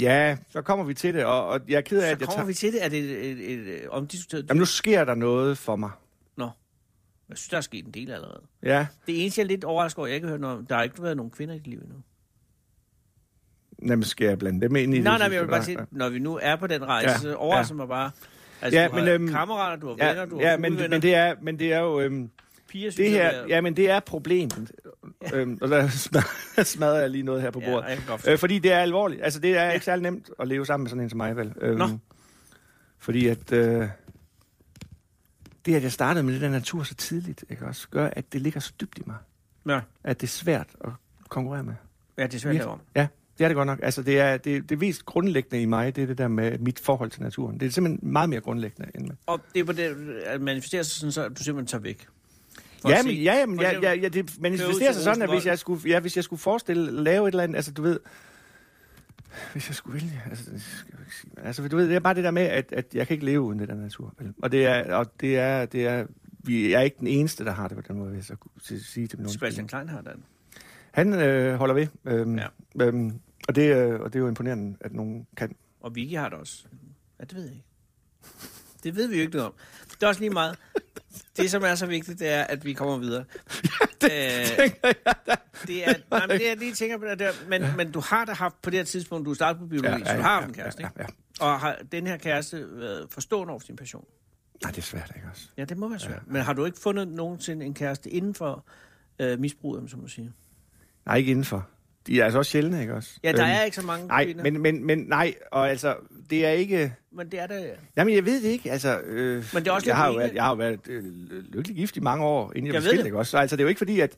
Speaker 3: Ja, så kommer vi til det, og, og jeg er ked af,
Speaker 2: Så
Speaker 3: at jeg
Speaker 2: kommer
Speaker 3: tager...
Speaker 2: vi til det. Er det et, et, et, et omdiskuteret...
Speaker 3: Jamen, nu sker der noget for mig.
Speaker 2: Nå. Jeg synes, der er sket en del allerede.
Speaker 3: Ja,
Speaker 2: Det eneste, jeg er lidt overrasket over, jeg ikke har hørt noget om, der har ikke været nogen kvinder i dit liv endnu.
Speaker 3: Jamen, skal jeg blande dem ind i det?
Speaker 2: Nej, nej,
Speaker 3: synes
Speaker 2: men jeg vil bare sige, når vi nu er på den rejse, ja,
Speaker 3: Ja,
Speaker 2: så overrasker ja. mig bare. Altså, ja,
Speaker 3: Ja,
Speaker 2: du har men,
Speaker 3: men, øhm,
Speaker 2: kammerater, du har
Speaker 3: Ja,
Speaker 2: venner, du har
Speaker 3: ja men, men, det er, men det er jo... Øhm,
Speaker 2: piger, synes
Speaker 3: det
Speaker 2: jeg,
Speaker 3: her, ja, men det er problemet. Øhm, og der smadrer- smadrer jeg lige noget her på
Speaker 2: Ja,
Speaker 3: bordet.
Speaker 2: jeg kan godt forstå.
Speaker 3: øh, fordi det er alvorligt. Altså, det er ikke særlig nemt at leve sammen med sådan en som mig, vel? Øhm,
Speaker 2: Nå.
Speaker 3: Fordi at... Øh, det, at jeg startede med det der natur så tidligt, ikke også, gør, at det ligger så dybt i mig,
Speaker 2: Ja,
Speaker 3: at det er svært at konkurrere med.
Speaker 2: ja, det er svært at lave om.
Speaker 3: Ja, det er det godt nok. Altså, det, er, det, det mest grundlæggende i mig, det er det der med mit forhold til naturen. Det er simpelthen meget mere grundlæggende end med.
Speaker 2: Og det er på det, at manifestere sig sådan, så at du simpelthen tager væk. For at
Speaker 3: Ja,
Speaker 2: se-
Speaker 3: men, ja, jamen,
Speaker 2: for
Speaker 3: ja,
Speaker 2: eksempel-
Speaker 3: ja, ja, det
Speaker 2: Køre ud
Speaker 3: manifesterer
Speaker 2: til
Speaker 3: sig sådan, at hvis
Speaker 2: Rosenvold.
Speaker 3: jeg, skulle, ja, hvis jeg skulle forestille, lave et eller andet, altså du ved, hvis jeg skulle vælge, altså, det skal jeg jo ikke sige, men, altså du ved, det er bare det der med, at, at jeg kan ikke leve uden det der natur. vel? Og det er, og det er, det er, vi er ikke den eneste, der har det på den måde, hvis jeg kunne sige til min
Speaker 2: Sebastian Klein har den.
Speaker 3: Han øh, holder ved, øhm,
Speaker 2: Ja.
Speaker 3: ja. øhm, og, det, øh, og det er jo imponerende, at nogen kan.
Speaker 2: Og Vicky har det også. Ja, det ved jeg ikke. Det ved vi jo ikke noget om. Det er også lige meget. Det, som er så vigtigt, det er, at vi kommer videre. ja, det, det er, nej, men det er lige tænker på det der, men, ja. men du har da haft på det her tidspunkt, du startede på biologi, ja, ja, så du har haft en kæreste,
Speaker 3: ja,
Speaker 2: ikke?
Speaker 3: ja, ja.
Speaker 2: Og har den her kæreste været forstående over sin passion?
Speaker 3: Nej, det er svært, ikke også?
Speaker 2: Ja, det må være svært. Ja. Men har du ikke fundet nogensinde en kæreste inden for øh, misbruget, om så må sige?
Speaker 3: Nej, ikke indenfor. De er altså også sjældne, ikke også?
Speaker 2: Ja, der
Speaker 3: Øhm,
Speaker 2: er ikke så mange
Speaker 3: Nej,
Speaker 2: kvinder, men...
Speaker 3: men, men, men nej, og altså, det er ikke...
Speaker 2: men det er der.
Speaker 3: Jamen, jeg ved det ikke, altså... Øh,
Speaker 2: Men det er også lidt
Speaker 3: jeg, har jo
Speaker 2: meningen.
Speaker 3: været, jeg har jo været øh, lykkelig gift i mange år, inden
Speaker 2: Jeg
Speaker 3: jeg, jeg
Speaker 2: ved
Speaker 3: blev skilt,
Speaker 2: det.
Speaker 3: ikke også? Så, altså, det er jo ikke fordi, at...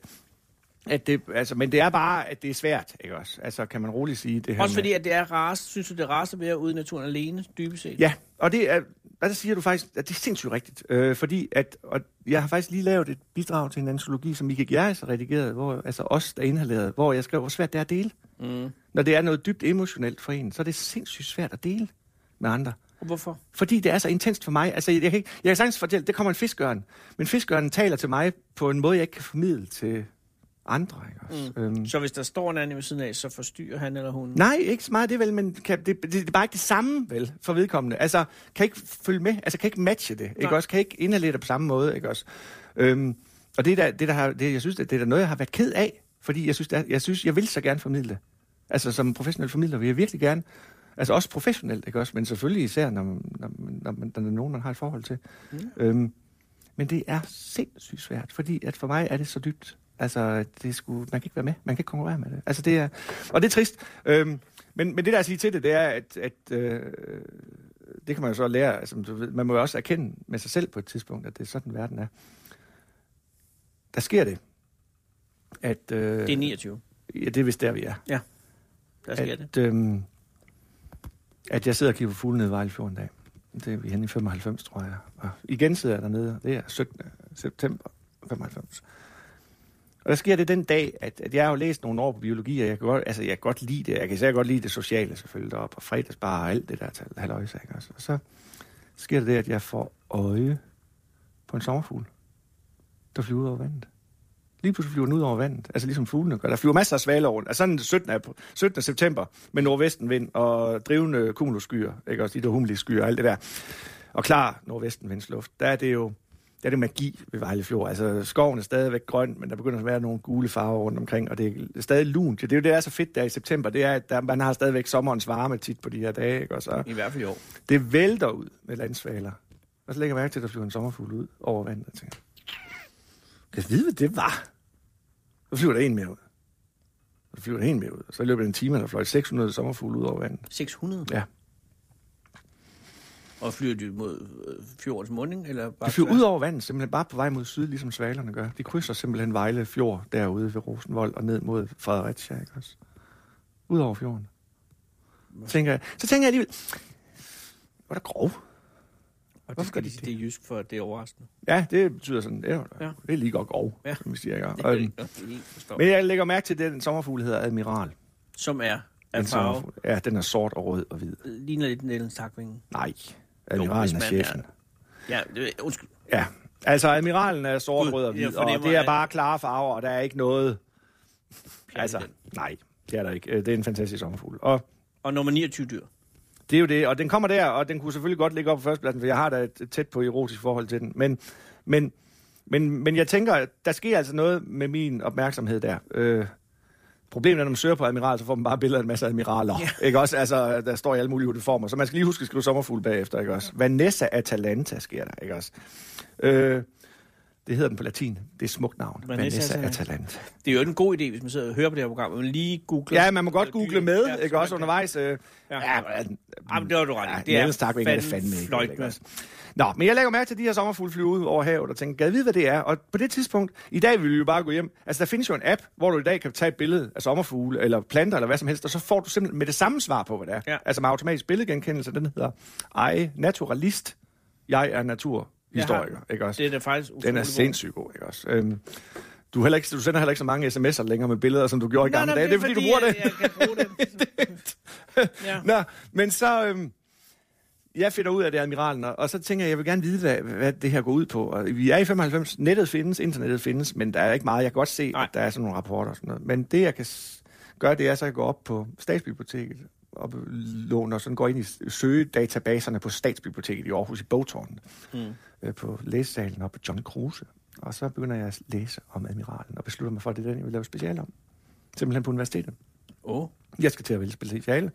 Speaker 3: at det, altså, men det er bare, at det er svært, ikke også? Altså, kan man roligt sige det her
Speaker 2: Også
Speaker 3: med-
Speaker 2: fordi, at det er ras, synes du, det er ras at være ude i naturen alene, dybest set?
Speaker 3: Ja, og det er, hvad der siger du faktisk, at det er sindssygt rigtigt. Øh, fordi at, og jeg har faktisk lige lavet et bidrag til en antologi, som Mika Gjerris har redigeret, hvor, altså os, der inhalerede, hvor jeg skrev, hvor svært det er at dele.
Speaker 2: Mm.
Speaker 3: Når det er noget dybt emotionelt for en, så er det sindssygt svært at dele med andre.
Speaker 2: Og hvorfor?
Speaker 3: Fordi det er så intenst for mig. Altså, jeg kan, ikke, jeg kan sagtens fortælle, det kommer en fiskørn. Men fiskørnen taler til mig på en måde, jeg ikke kan formidle til andre. Ikke også? Mm. Øhm,
Speaker 2: Så hvis der står en anden ved siden af, så forstyrrer han eller hun?
Speaker 3: Nej, ikke så meget det vel, men kan, det, det, det er bare ikke det samme vel for vedkommende. Altså, kan ikke følge med, altså kan ikke matche det,
Speaker 2: Nej.
Speaker 3: ikke også? Kan ikke indhalere det på samme måde, ikke også? Øhm, og det er da, det, der har, det, jeg synes, det er da noget, jeg har været ked af, fordi jeg synes, der, jeg, synes jeg vil så gerne formidle det. Altså, som professionel formidler vil jeg virkelig gerne, altså også professionelt, ikke også? Men selvfølgelig især, når, man- når, man- når, man- når der er nogen, man har et forhold til. Mm. Øhm, men det er sindssygt svært, fordi at for mig er det så dybt. Altså, det skulle, man kan ikke være med. Man kan ikke konkurrere med det. Altså, det er, og det er trist. Øhm, men, men det, der er at sige til det, det er, at, at øh, det kan man jo så lære. Altså, du ved, man må jo også erkende med sig selv på et tidspunkt, at det er sådan, verden er. Der sker det. At, øh,
Speaker 2: Det er 29.
Speaker 3: Ja, det er vist der, vi er.
Speaker 2: Der sker det.
Speaker 3: at, øhm, at jeg sidder og kigger på fuglene nede i Vejlefjorden i dag. Det er vi henne i 95, tror jeg. Og igen sidder jeg dernede, og det er 17. september 95. Og der sker det den dag, at, at jeg har jo læst nogle år på biologi, og jeg kan godt, altså, jeg kan godt lide det. Jeg kan især godt lide det sociale selvfølgelig deroppe, og fredagsbar og alt det der tal, halløjsa, ikke også? Og så sker det det, at jeg får øje på en sommerfugl, der flyver ud over vandet. Lige pludselig flyver den ud over vandet, altså ligesom fuglene gør. Der flyver masser af svaler rundt. Altså sådan den 17. April, 17. september med nordvestenvind og drivende cumulusskyer, ikke også de der humleskyer og alt det der. Og klar nordvestenvindsluft, der er det jo der er det magi ved Vejle Fjord. Altså, skoven er stadigvæk grøn, men der begynder at være nogle gule farver rundt omkring, og det er stadig lunt. Det er jo det, der er så fedt der i september, det er, at der, man har stadigvæk sommerens varme tit på de her dage, ikke? Og så,
Speaker 2: I hvert fald i år.
Speaker 3: det vælter ud med landsvaler. Og så lægger jeg mærke til, at der flyver en sommerfugl ud over vandet. Og tænker, kan jeg vide, hvad det var? Så flyver der en mere ud. Så flyver der en mere ud. Og så i løbet af en time, er der fløj 600 sommerfugle ud over vandet.
Speaker 2: 600?
Speaker 3: Ja.
Speaker 2: Og flyver de mod øh, fjordens munding? Eller bare
Speaker 3: De flyver ud over vandet, simpelthen bare på vej mod syd, ligesom svalerne gør. De krydser simpelthen Vejle Fjord derude ved Rosenvold og ned mod Fredericia, ikke også? Ud over fjorden. Tænker jeg. Så tænker jeg alligevel, hvor er der grov.
Speaker 2: Og det
Speaker 3: Hvorfor
Speaker 2: skal de,
Speaker 3: gør de Øhm,
Speaker 2: det er jysk for, at det er overraskende.
Speaker 3: Ja, det betyder sådan, det er,
Speaker 2: Ja.
Speaker 3: ja. det er lige godt grov,
Speaker 2: Ja.
Speaker 3: ja. som vi siger. Ikke?
Speaker 2: Det
Speaker 3: Og, øhm,
Speaker 2: kan jeg godt helt forstå.
Speaker 3: Men jeg lægger mærke til, at den sommerfugl hedder Admiral.
Speaker 2: Som er af
Speaker 3: Den
Speaker 2: farve.
Speaker 3: sommerfugl. Ja, den er sort og rød og hvid.
Speaker 2: Ligner lidt Nellens takvinge.
Speaker 3: Nej, Admiralen
Speaker 2: hvis
Speaker 3: er
Speaker 2: man
Speaker 3: chefen.
Speaker 2: er- Ja, det, undskyld.
Speaker 3: Ja, altså Admiralen er sort,
Speaker 2: Gud,
Speaker 3: rød
Speaker 2: jeg
Speaker 3: og hvid, og
Speaker 2: fornemmer,
Speaker 3: det er
Speaker 2: at-
Speaker 3: bare klare farver, og der er ikke noget...
Speaker 2: Pjat i
Speaker 3: Altså,
Speaker 2: den.
Speaker 3: nej, det er der ikke. Øh, Det er en fantastisk sommerfugl. Og
Speaker 2: Og nummer 29 dyr.
Speaker 3: det er jo det, og den kommer der, og den kunne selvfølgelig godt ligge op på førstepladsen, for jeg har da et et tæt på erotisk forhold til den. Men, men, men, men jeg tænker, at der sker altså noget med min opmærksomhed der. Øh, problemet er, når man søger på admiral, så får man bare billeder af en masse admiraler. Ja. Ikke også? Altså, der står i alle mulige uniformer, så man skal lige huske at skrive sommerfugl bagefter, ikke også? Vanessa Atalanta sker der, ikke også? Øh, det hedder den på latin. Det er et smukt navn.
Speaker 2: Vanessa
Speaker 3: Vanessa, Vanessa
Speaker 2: Atalanta.
Speaker 3: Atalanta.
Speaker 2: Det er jo ikke en god idé, hvis man sidder og hører på det her program, at man lige googler.
Speaker 3: Ja, man må godt
Speaker 2: dyr.
Speaker 3: google med,
Speaker 2: Ja, så
Speaker 3: ikke også
Speaker 2: man kan-
Speaker 3: undervejs. Øh,
Speaker 2: Ja.
Speaker 3: ja.
Speaker 2: Ja, men det var du ret i.
Speaker 3: Nej,
Speaker 2: Det er
Speaker 3: Niels Takving er det
Speaker 2: fandme
Speaker 3: fandme ikke.
Speaker 2: fløjt
Speaker 3: ikke
Speaker 2: med.
Speaker 3: også? Nå, men jeg lægger mærke til de her sommerfugle flyve ud over havet og tænker, gad vide, hvad det er. Og på det tidspunkt, i dag vil vi jo bare gå hjem. Altså, der findes jo en app, hvor du i dag kan tage et billede af sommerfugle, eller planter, eller hvad som helst, og så får du simpelthen med det samme svar på, hvad det er.
Speaker 2: Ja.
Speaker 3: Altså med automatisk billedgenkendelse, den hedder Ej, naturalist. Jeg er naturhistoriker, ikke også?
Speaker 2: Det er da faktisk utroligt.
Speaker 3: Den er
Speaker 2: god.
Speaker 3: sindssygt god, ikke også? Øhm, du, er heller ikke, du sender heller ikke så mange sms'er længere med billeder, som du gjorde i
Speaker 2: Nej,
Speaker 3: gamle
Speaker 2: nej,
Speaker 3: dage. Det er, fordi, du bruger
Speaker 2: at
Speaker 3: det.
Speaker 2: Jeg kan bruge det. ja.
Speaker 3: Nå, men så... Øhm, jeg finder ud af det, admiralen, og, og så tænker jeg, jeg vil gerne vide, hvad, hvad det her går ud på. Og vi er i 95, nettet findes, internettet findes, men der er ikke meget. Jeg kan godt se,
Speaker 2: Nej.
Speaker 3: Nej. at der er sådan nogle rapporter og sådan noget. Men det, jeg kan s- gør, det er, så jeg går op på Statsbiblioteket og låner, sådan går ind i søgedatabaserne på Statsbiblioteket i Aarhus i bogtårnet, mm. øh, på læsesalen og på John Kruse. Og så begynder jeg at læse om admiralen og beslutter mig for, at det er den, jeg vil lave speciale om. Simpelthen på universitetet.
Speaker 2: Åh, oh.
Speaker 3: Jeg skal til at vælge speciale.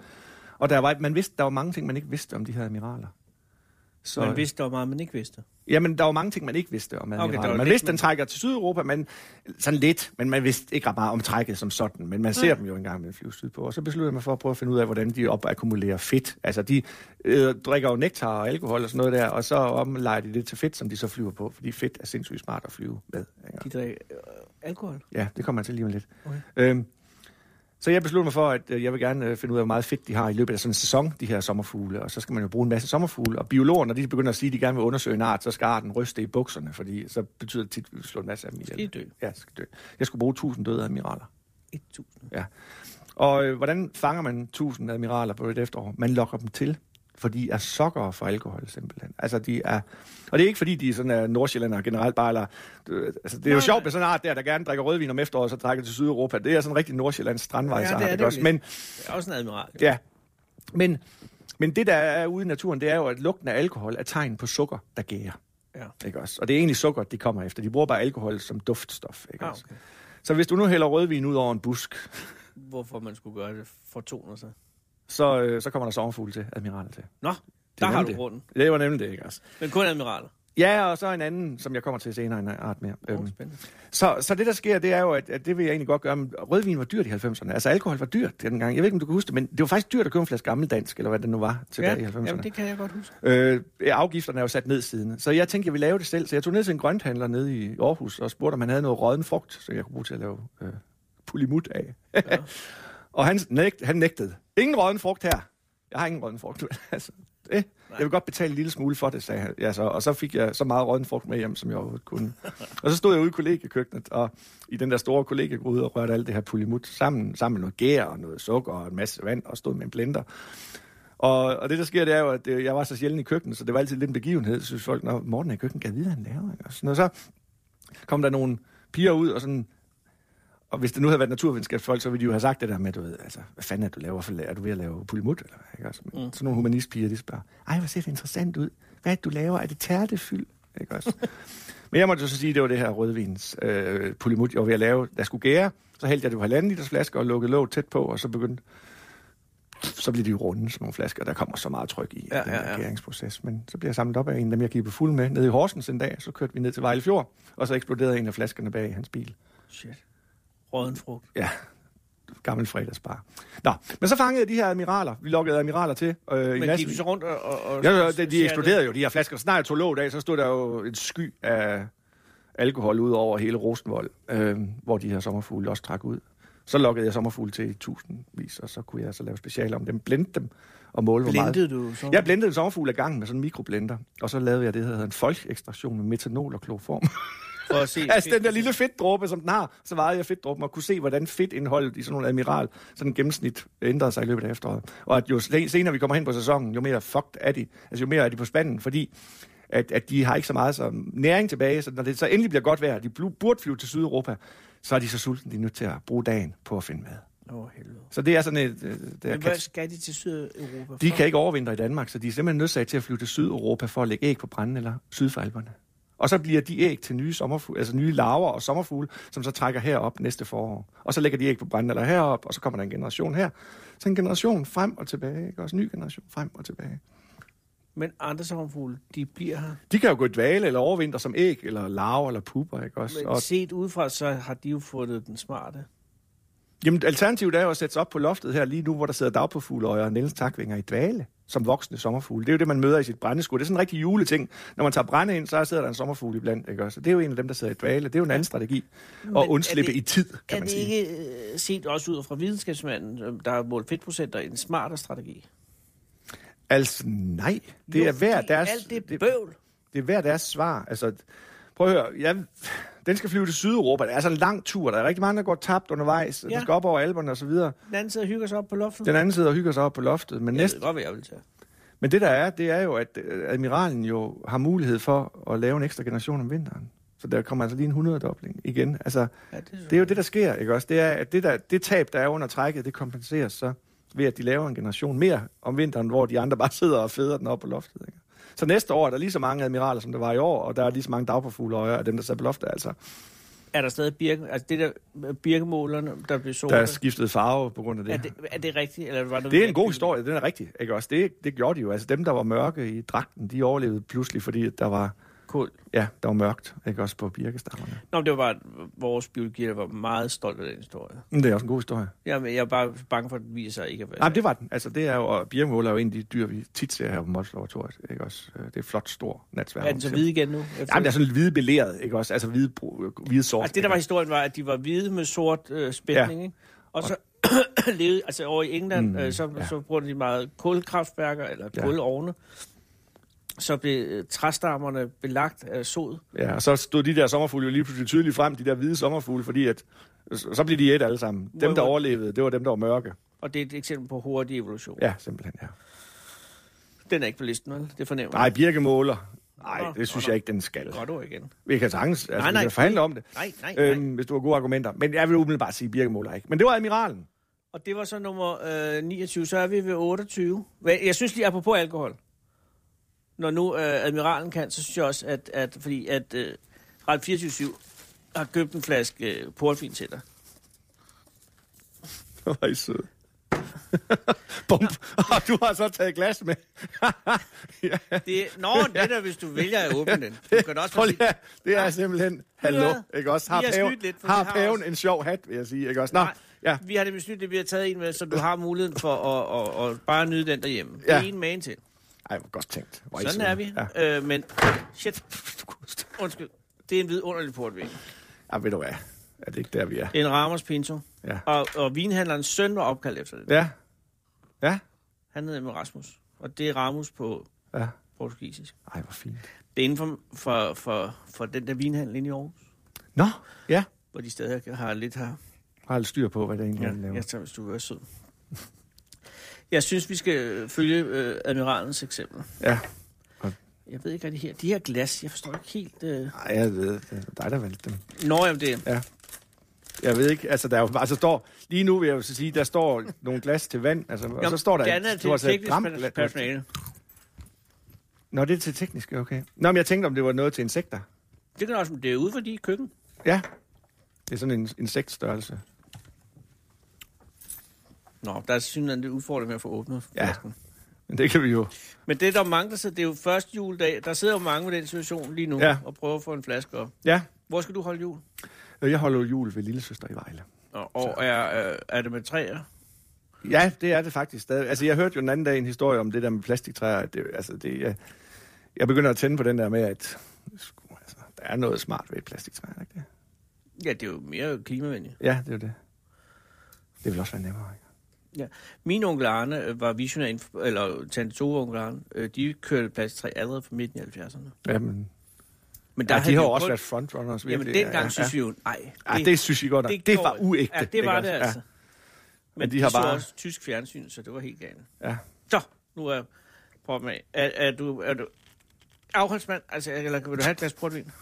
Speaker 3: Og der var, man vidste, der var mange ting, man ikke vidste om de her admiraler.
Speaker 2: så... man vidste der var meget, man ikke vidste.
Speaker 3: Jamen, der var mange ting, man ikke vidste om admiralen.
Speaker 2: der var
Speaker 3: Okay, man
Speaker 2: lidt,
Speaker 3: vidste,
Speaker 2: men-
Speaker 3: den trækker til Sydeuropa, men sådan lidt, men man vidste ikke ret meget om trækket som sådan. Men man ser dem jo engang med en flyve sydpå. Og så besluttede jeg mig for at prøve at finde ud af, hvordan de opakkumulerer fedt. Altså, de øh, drikker jo nektar og alkohol og sådan noget der, og så omlejer de det til fedt, som de så flyver på. Fordi fedt er sindssygt smart at flyve med. Ikke?
Speaker 2: De drikker øh, alkohol.
Speaker 3: Ja, det kommer jeg til lige om lidt.
Speaker 2: Okay.
Speaker 3: Okay. Øhm, så jeg besluttede mig for, at øh, jeg vil gerne øh, finde ud af, hvor meget fedt de har i løbet af sådan en sæson, de her sommerfugle. Og så skal man jo bruge en masse sommerfugle. Og biologer, når de begynder at sige, at de gerne vil undersøge en art, så skal arten ryste i bukserne, fordi så betyder det tit, at vi slår en masse af dem ihjel.
Speaker 2: Skal de dø?
Speaker 3: Ja, skal dø. Jeg skulle bruge 1000 døde admiraler.
Speaker 2: 1000.
Speaker 3: Ja. Og øh, hvordan fanger man 1000 admiraler på et efterår? Man lokker dem til, for de er sokker for alkohol simpelthen. Altså, de er... Og det er ikke fordi, de er sådan er nordsjællandere generelt bare, eller... øh, Altså, det er jo sjovt med sådan en art der, der gerne drikker rødvin om efteråret, og så drikker til Sydeuropa. Det er sådan en rigtig nordsjællands strandvejsart.
Speaker 2: Ja, det er det
Speaker 3: ikke
Speaker 2: jo
Speaker 3: også?
Speaker 2: lidt.
Speaker 3: Men,
Speaker 2: Det er også en admiral. Ja.
Speaker 3: ja. Men, men det, der er ude i naturen, det er jo, at lugten af alkohol er tegn på sukker, der gærer.
Speaker 2: ja.
Speaker 3: Ikke også? Og det er egentlig sukker, de kommer efter. De bruger bare alkohol som duftstof. Ikke
Speaker 2: Ah,
Speaker 3: også?
Speaker 2: okay.
Speaker 3: Så hvis du nu hælder rødvin ud over en busk,
Speaker 2: Hvorfor man skulle gøre det, fortoner sig.
Speaker 3: så, øh, så kommer der sommerfugle til, admiral til.
Speaker 2: Nå, der har du grunden.
Speaker 3: Det var nemlig det, ikke også?
Speaker 2: Men kun admiraler.
Speaker 3: Ja, og så en anden, som jeg kommer til senere, en art mere.
Speaker 2: Åh,
Speaker 3: Øhm,
Speaker 2: spændende.
Speaker 3: så, så det, der sker, det er jo, at, at det vil jeg egentlig godt gøre. Men rødvin var dyrt i 90'erne. Altså, alkohol var dyrt dengang. Jeg ved ikke, om du kan huske det, men det var faktisk dyrt at købe en flaske gammeldansk, eller hvad det nu var tilbage i 90'erne.
Speaker 2: jamen, det kan jeg godt huske.
Speaker 3: Øh, afgifterne er jo sat ned siden. Så jeg tænkte, jeg ville lave det selv. Så jeg tog ned til en grønthandler nede i Aarhus og spurgte, om han havde noget rådden frugt, som jeg kunne bruge til at lave øh, pulimut af. Ja. og han, nægt, han nægtede. Ingen rådden frugt her. Jeg har ingen rådden frugt. altså, det, jeg vil godt betale en lille smule for det, sagde han. Ja, så, og så fik jeg så meget rådden frugt med hjem, som jeg overhovedet kunne. og så stod jeg ude i kollegiekøkkenet, og i den der store kollegiegryde og rørte alt det her pulimut sammen, sammen med noget gær og noget sukker og en masse vand, og stod med en blender. Og, og det, der sker, det er jo, at øh, jeg var så sjældent i køkkenet, så det var altid lidt en begivenhed. Så synes folk, når Morten er i køkkenet, kan jeg vide, hvad han laver. Ikke? Og, sådan, og så kom der nogle piger ud, og sådan... Og hvis det nu havde været naturvidenskabsfolk, så ville de jo have sagt det der med, du ved, altså, hvad fanden er du laver? Hvorfor er du ved at lave polimut? Eller hvad, ikke? Også, men, mm. Sådan nogle humanistpiger, de spørger, ej, hvor ser det interessant ud. Hvad er det, du laver? Er det tærtefyld? Ikke også? men jeg måtte jo så sige, at det var det her rødvins øh, polimut, jeg var ved at lave, der skulle gære. Så hældte jeg det på halvanden liters flaske og lukkede låg tæt på, og så begyndte så bliver de jo runde, sådan nogle flasker. Der kommer så meget tryk i
Speaker 2: Ja,
Speaker 3: ja, den
Speaker 2: ja,
Speaker 3: ja,
Speaker 2: ja.
Speaker 3: der gæringsproces. Men så bliver jeg samlet op af en af dem, jeg gik på fuld med nede i Horsens en dag. Så kørte vi ned til Vejle Fjord, og så eksploderede en af flaskerne bag i hans bil.
Speaker 2: Shit. Råden frugt.
Speaker 3: Ja, gammel fredagsbar. Nå, men så fangede jeg de her admiraler. Vi lokkede admiraler til. Øh,
Speaker 2: Men
Speaker 3: i
Speaker 2: ligesom gik du
Speaker 3: massevis.
Speaker 2: så rundt og... og, og
Speaker 3: Ja, ja, de, de eksploderede jo, de her flasker. Snart jeg tog låg af, så stod der jo et sky af alkohol ud over hele Rosenvold, øh, hvor de her sommerfugle også trak ud. Så lokkede jeg sommerfugle til i tusindvis, og så kunne jeg så lave specialer om dem, blende dem og måle, hvor meget...
Speaker 2: Blendede du så?
Speaker 3: Jeg blendede en sommerfugl af gangen med sådan en mikroblender, og så lavede jeg det, der hedder en folkeekstraktion med metanol og kloform.
Speaker 2: for at se...
Speaker 3: altså den der lille fedtdråbe, som den har, så vejede jeg fedtdråben og kunne se, hvordan fedtindholdet i sådan nogle admiral, sådan en gennemsnit, ændrede sig i løbet af efteråret. Og at jo sle- senere vi kommer hen på sæsonen, jo mere fucked er de. Altså jo mere er de på spanden, fordi at, at de har ikke så meget som næring tilbage, så når det så endelig bliver godt vejr, og de blu- burde flyve til Sydeuropa, så er de så sultne, de er nødt til at bruge dagen på at finde mad.
Speaker 2: Åh, oh, helvede.
Speaker 3: Så det er sådan et... øh, Det er
Speaker 2: Men hvad skal de til Sydeuropa
Speaker 3: de
Speaker 2: for?
Speaker 3: kan ikke overvintre i Danmark, så de er simpelthen nødsaget til at flyve til Sydeuropa for at lægge æg på branden eller syd for Alperne. Og så bliver de æg til nye, sommerfugle, altså nye larver og sommerfugle, som så trækker herop næste forår. Og så lægger de æg på branden eller herop, og så kommer der en generation her. Så en generation frem og tilbage, ikke? også en ny generation frem og tilbage.
Speaker 2: Men andre sommerfugle, de bliver her.
Speaker 3: De kan jo gå i dvale eller overvintre som æg, eller larver, eller puber, ikke også?
Speaker 2: Men
Speaker 3: Og,
Speaker 2: set udefra, så har de jo fundet den smarte.
Speaker 3: jamen, alternativet er jo at sætte sig op på loftet her lige nu, hvor der sidder dagpåfugleøjer og Niels Takvinger i dvale som voksne sommerfugle. Det er jo det, man møder i sit brændeskud. Det er sådan en rigtig juleting. Når man tager brænde ind, så sidder der en sommerfugl iblandt. Ikke? også? Så det er jo en af dem, der sidder i dvale. Det er jo en anden strategi.
Speaker 2: er
Speaker 3: Og undslippe
Speaker 2: det-
Speaker 3: i tid,
Speaker 2: Kan
Speaker 3: kan
Speaker 2: er
Speaker 3: man
Speaker 2: det
Speaker 3: sige.
Speaker 2: ikke øh, set også ud fra videnskabsmanden, øh, der har målt fedtprocenter, en smartere strategi?
Speaker 3: Altså, nej. Det er hver
Speaker 2: fordi
Speaker 3: deres...
Speaker 2: Alt det bøvl.
Speaker 3: Det er hver deres svar. Altså, prøv at høre, jeg, den skal flyve til Sydeuropa. Det er altså en lang tur. Der er rigtig mange, der går tabt undervejs.
Speaker 2: Ja.
Speaker 3: Ja. De skal op over alberne og så videre.
Speaker 2: Den anden sidder og hygger sig op på loftet.
Speaker 3: Den anden sidder og hygger sig op på loftet. Men
Speaker 2: Jeg
Speaker 3: næste,
Speaker 2: ved godt, hvad jeg vil tage.
Speaker 3: Men det der er, det er jo, at øh, admiralen jo har mulighed for at lave en ekstra generation om vinteren. Så der kommer altså lige en 100-dobling igen. Altså,
Speaker 2: Ja, det, er
Speaker 3: det er jo det, der sker, ikke også? Det er, at det, der, det tab, der er under trækket, det kompenseres så ved, at de laver en generation mere om vinteren, hvor de andre bare sidder og feder den op på loftet. Ikke? Så næste år er der lige så mange admiraler, som der var i år, og der er lige så mange dagpåfugleøjer af dem, der sad på loftet. Altså,
Speaker 2: er der stadig birke, altså det der med birkemålerne, der blev sorte?
Speaker 3: der er skiftet farve på grund af det.
Speaker 2: er, det, er det rigtigt? Eller var det,
Speaker 3: Det er en god historie, den er rigtig. Ikke også? Det, det gjorde de jo. Altså dem, der var mørke i dragten, de overlevede pludselig, fordi at der var,
Speaker 2: Kul.
Speaker 3: ja, der var mørkt, ikke også på birkestammerne.
Speaker 2: Nå, men det var bare at vores biologi, der var meget stolt af den historie.
Speaker 3: Men det er også en god historie.
Speaker 2: Jamen, jeg er bare bange for, at den viser sig ikke at være.
Speaker 3: Nej, men det var den. Altså, det er jo, og birkemåler er jo en af de dyr, vi tit ser her på Molslaboratoriet, ikke også? Øh, Det er flot, stor natsværm.
Speaker 2: er den så hvid igen nu? Efter...
Speaker 3: Jamen, der er sådan lidt hvide beleret, ikke også? Altså, hvide, bro- hvide sort.
Speaker 2: altså, det, der var historien, var, at de var hvide med sort øh, spænding,
Speaker 3: Ja.
Speaker 2: ikke? Og så levede, altså over i England, mm, øh, så, ja.
Speaker 3: ja.
Speaker 2: så brugte de meget kulkraftværker, eller
Speaker 3: Ja.
Speaker 2: kulovne. Så blev øh, træstammerne belagt af sod.
Speaker 3: Ja, og så stod de der sommerfugle jo lige pludselig tydeligt frem, de der hvide sommerfugle, fordi at, så så blev de et alle sammen. Dem, der
Speaker 2: Hvor-
Speaker 3: overlevede, det var dem, der var mørke.
Speaker 2: Og det er et eksempel på hurtig evolution.
Speaker 3: Ja, simpelthen, ja.
Speaker 2: Den er ikke på listen, vel? Det fornemmer
Speaker 3: Nej, birkemåler.
Speaker 2: Nå,
Speaker 3: Nej, det
Speaker 2: nå,
Speaker 3: synes
Speaker 2: nå.
Speaker 3: jeg ikke, den skal.
Speaker 2: Godt ord igen.
Speaker 3: Vi kan sagtens altså,
Speaker 2: Nej, nej.
Speaker 3: nej, nej. Vi kan forhandle om det,
Speaker 2: Nej, nej, nej.
Speaker 3: øhm, hvis du har gode argumenter. Men jeg vil umiddelbart sige birkemåler ikke. Men det var admiralen.
Speaker 2: Og det var så nummer øh, 29, så er vi ved 28. Hvad- Jeg synes lige, apropos alkohol, når nu øh, admiralen kan, så synes jeg også, at, at fordi at øh, Ret 24 har købt en flaske øh, portvin til dig.
Speaker 3: Hvor er I sød. Bump. Og du har så taget glas med. ja.
Speaker 2: Det, nå, det der, hvis du vælger at åbne den. Du kan da også
Speaker 3: Prøv
Speaker 2: bare
Speaker 3: lige,
Speaker 2: sige,
Speaker 3: her. det er simpelthen, hallo,
Speaker 2: hvad?
Speaker 3: ikke også?
Speaker 2: Vi
Speaker 3: Har
Speaker 2: har
Speaker 3: paven,
Speaker 2: snydt lidt, for vi
Speaker 3: har
Speaker 2: har
Speaker 3: paven
Speaker 2: også-
Speaker 3: en sjov hat, vil jeg sige, ikke også? Nå,
Speaker 2: Nej.
Speaker 3: ja.
Speaker 2: vi har det beslut, det vi har taget en med, så du har muligheden for at, at, at, at bare nyde den derhjemme. Ja.
Speaker 3: Ja.
Speaker 2: Det er en man til.
Speaker 3: Ej, hvor godt tænkt. Hvor I
Speaker 2: Sådan
Speaker 3: søde.
Speaker 2: er vi.
Speaker 3: Ja.
Speaker 2: Ja. Øh, men, shit, undskyld. Det er en vidunderlig portvin.
Speaker 3: ja, ved du hvad? Er det ikke der, vi er?
Speaker 2: Det er en Ramos Pinto.
Speaker 3: Ja.
Speaker 2: Og, og vinhandlerens søn var opkaldt efter det.
Speaker 3: Ja. Ja.
Speaker 2: Han hedder nemlig Rasmus. Og det er Ramos på
Speaker 3: Ja.
Speaker 2: portugisisk.
Speaker 3: Ej, hvor fint.
Speaker 2: Det er inden for, for, for, for den der vinhandel inde i Aarhus,
Speaker 3: Nå, ja.
Speaker 2: hvor de stadig har lidt her.
Speaker 3: Har lidt styr på, hvad det egentlig er, de laver.
Speaker 2: jeg tager, hvis du vil være sød. Jeg synes, vi skal øh, følge øh, admiralens eksempel.
Speaker 3: Ja.
Speaker 2: Jeg ved ikke, hvad det her... De her glas, jeg forstår ikke helt... Øh...
Speaker 3: Ej, jeg ved, det er dig, der valgte dem.
Speaker 2: Nå, jamen det...
Speaker 3: Jeg ved ikke, altså der er jo, altså står, lige nu vil jeg jo så sige, der står nogle glas til vand, altså, og så står der
Speaker 2: det andet er
Speaker 3: du har
Speaker 2: til
Speaker 3: sat
Speaker 2: teknisk
Speaker 3: gram-
Speaker 2: per- personale.
Speaker 3: Nå, det er til teknisk, okay. Nå, men jeg tænkte, om det var noget til insekter.
Speaker 2: Det kan også... Det er ude for de køkken.
Speaker 3: Ja, det er sådan en insektstørrelse.
Speaker 2: Nå, der er simpelthen det udfordring med at få åbnet
Speaker 3: Ja.
Speaker 2: flasken.
Speaker 3: Men det kan vi jo.
Speaker 2: Men det, der mangler sig, det er jo første juledag. Der sidder jo mange med den situation lige nu ja.
Speaker 3: Ja.
Speaker 2: og prøver at få en flaske op.
Speaker 3: Ja,
Speaker 2: Hvor skal du holde jul?
Speaker 3: jeg holder jo jul ved lillesøster i Vejle.
Speaker 2: Og, og er, øh, er det med træer?
Speaker 3: Ja, det er det faktisk stadig. Altså, jeg hørte jo den anden dag en historie om det der med plastiktræer. at Det, altså, det, jeg, jeg begynder at tænde på den der med, at sgu, altså, der er noget smart ved et plastiktræ, er der ikke det?
Speaker 2: Ja, det er jo mere klimavenligt.
Speaker 3: Ja, det er jo det. Det vil også være nemmere, ikke?
Speaker 2: Ja. Min onkel Arne øh, var visionær, inden for- eller tante Tove onkel Arne, øh, de kørte plads 3 allerede fra midten af 70'erne.
Speaker 3: Ja, men
Speaker 2: Men
Speaker 3: ja, de
Speaker 2: jo
Speaker 3: har jo også
Speaker 2: kun-
Speaker 3: været frontrunners.
Speaker 2: Jamen,
Speaker 3: virkelig.
Speaker 2: dengang
Speaker 3: ja,
Speaker 2: synes vi
Speaker 3: ja.
Speaker 2: jo, nej.
Speaker 3: Ja, det synes jeg godt nok. Det, det var
Speaker 2: går-
Speaker 3: uægte.
Speaker 2: Ja, det var
Speaker 3: ikke
Speaker 2: det
Speaker 3: også?
Speaker 2: altså. Ja. Men, Men de, har bare... også tysk fjernsyn, så det var helt galt.
Speaker 3: Ja, ja.
Speaker 2: Så, nu er proppen af. Er, er du, er du afholdsmand? Altså, eller vil du have et glas portvin?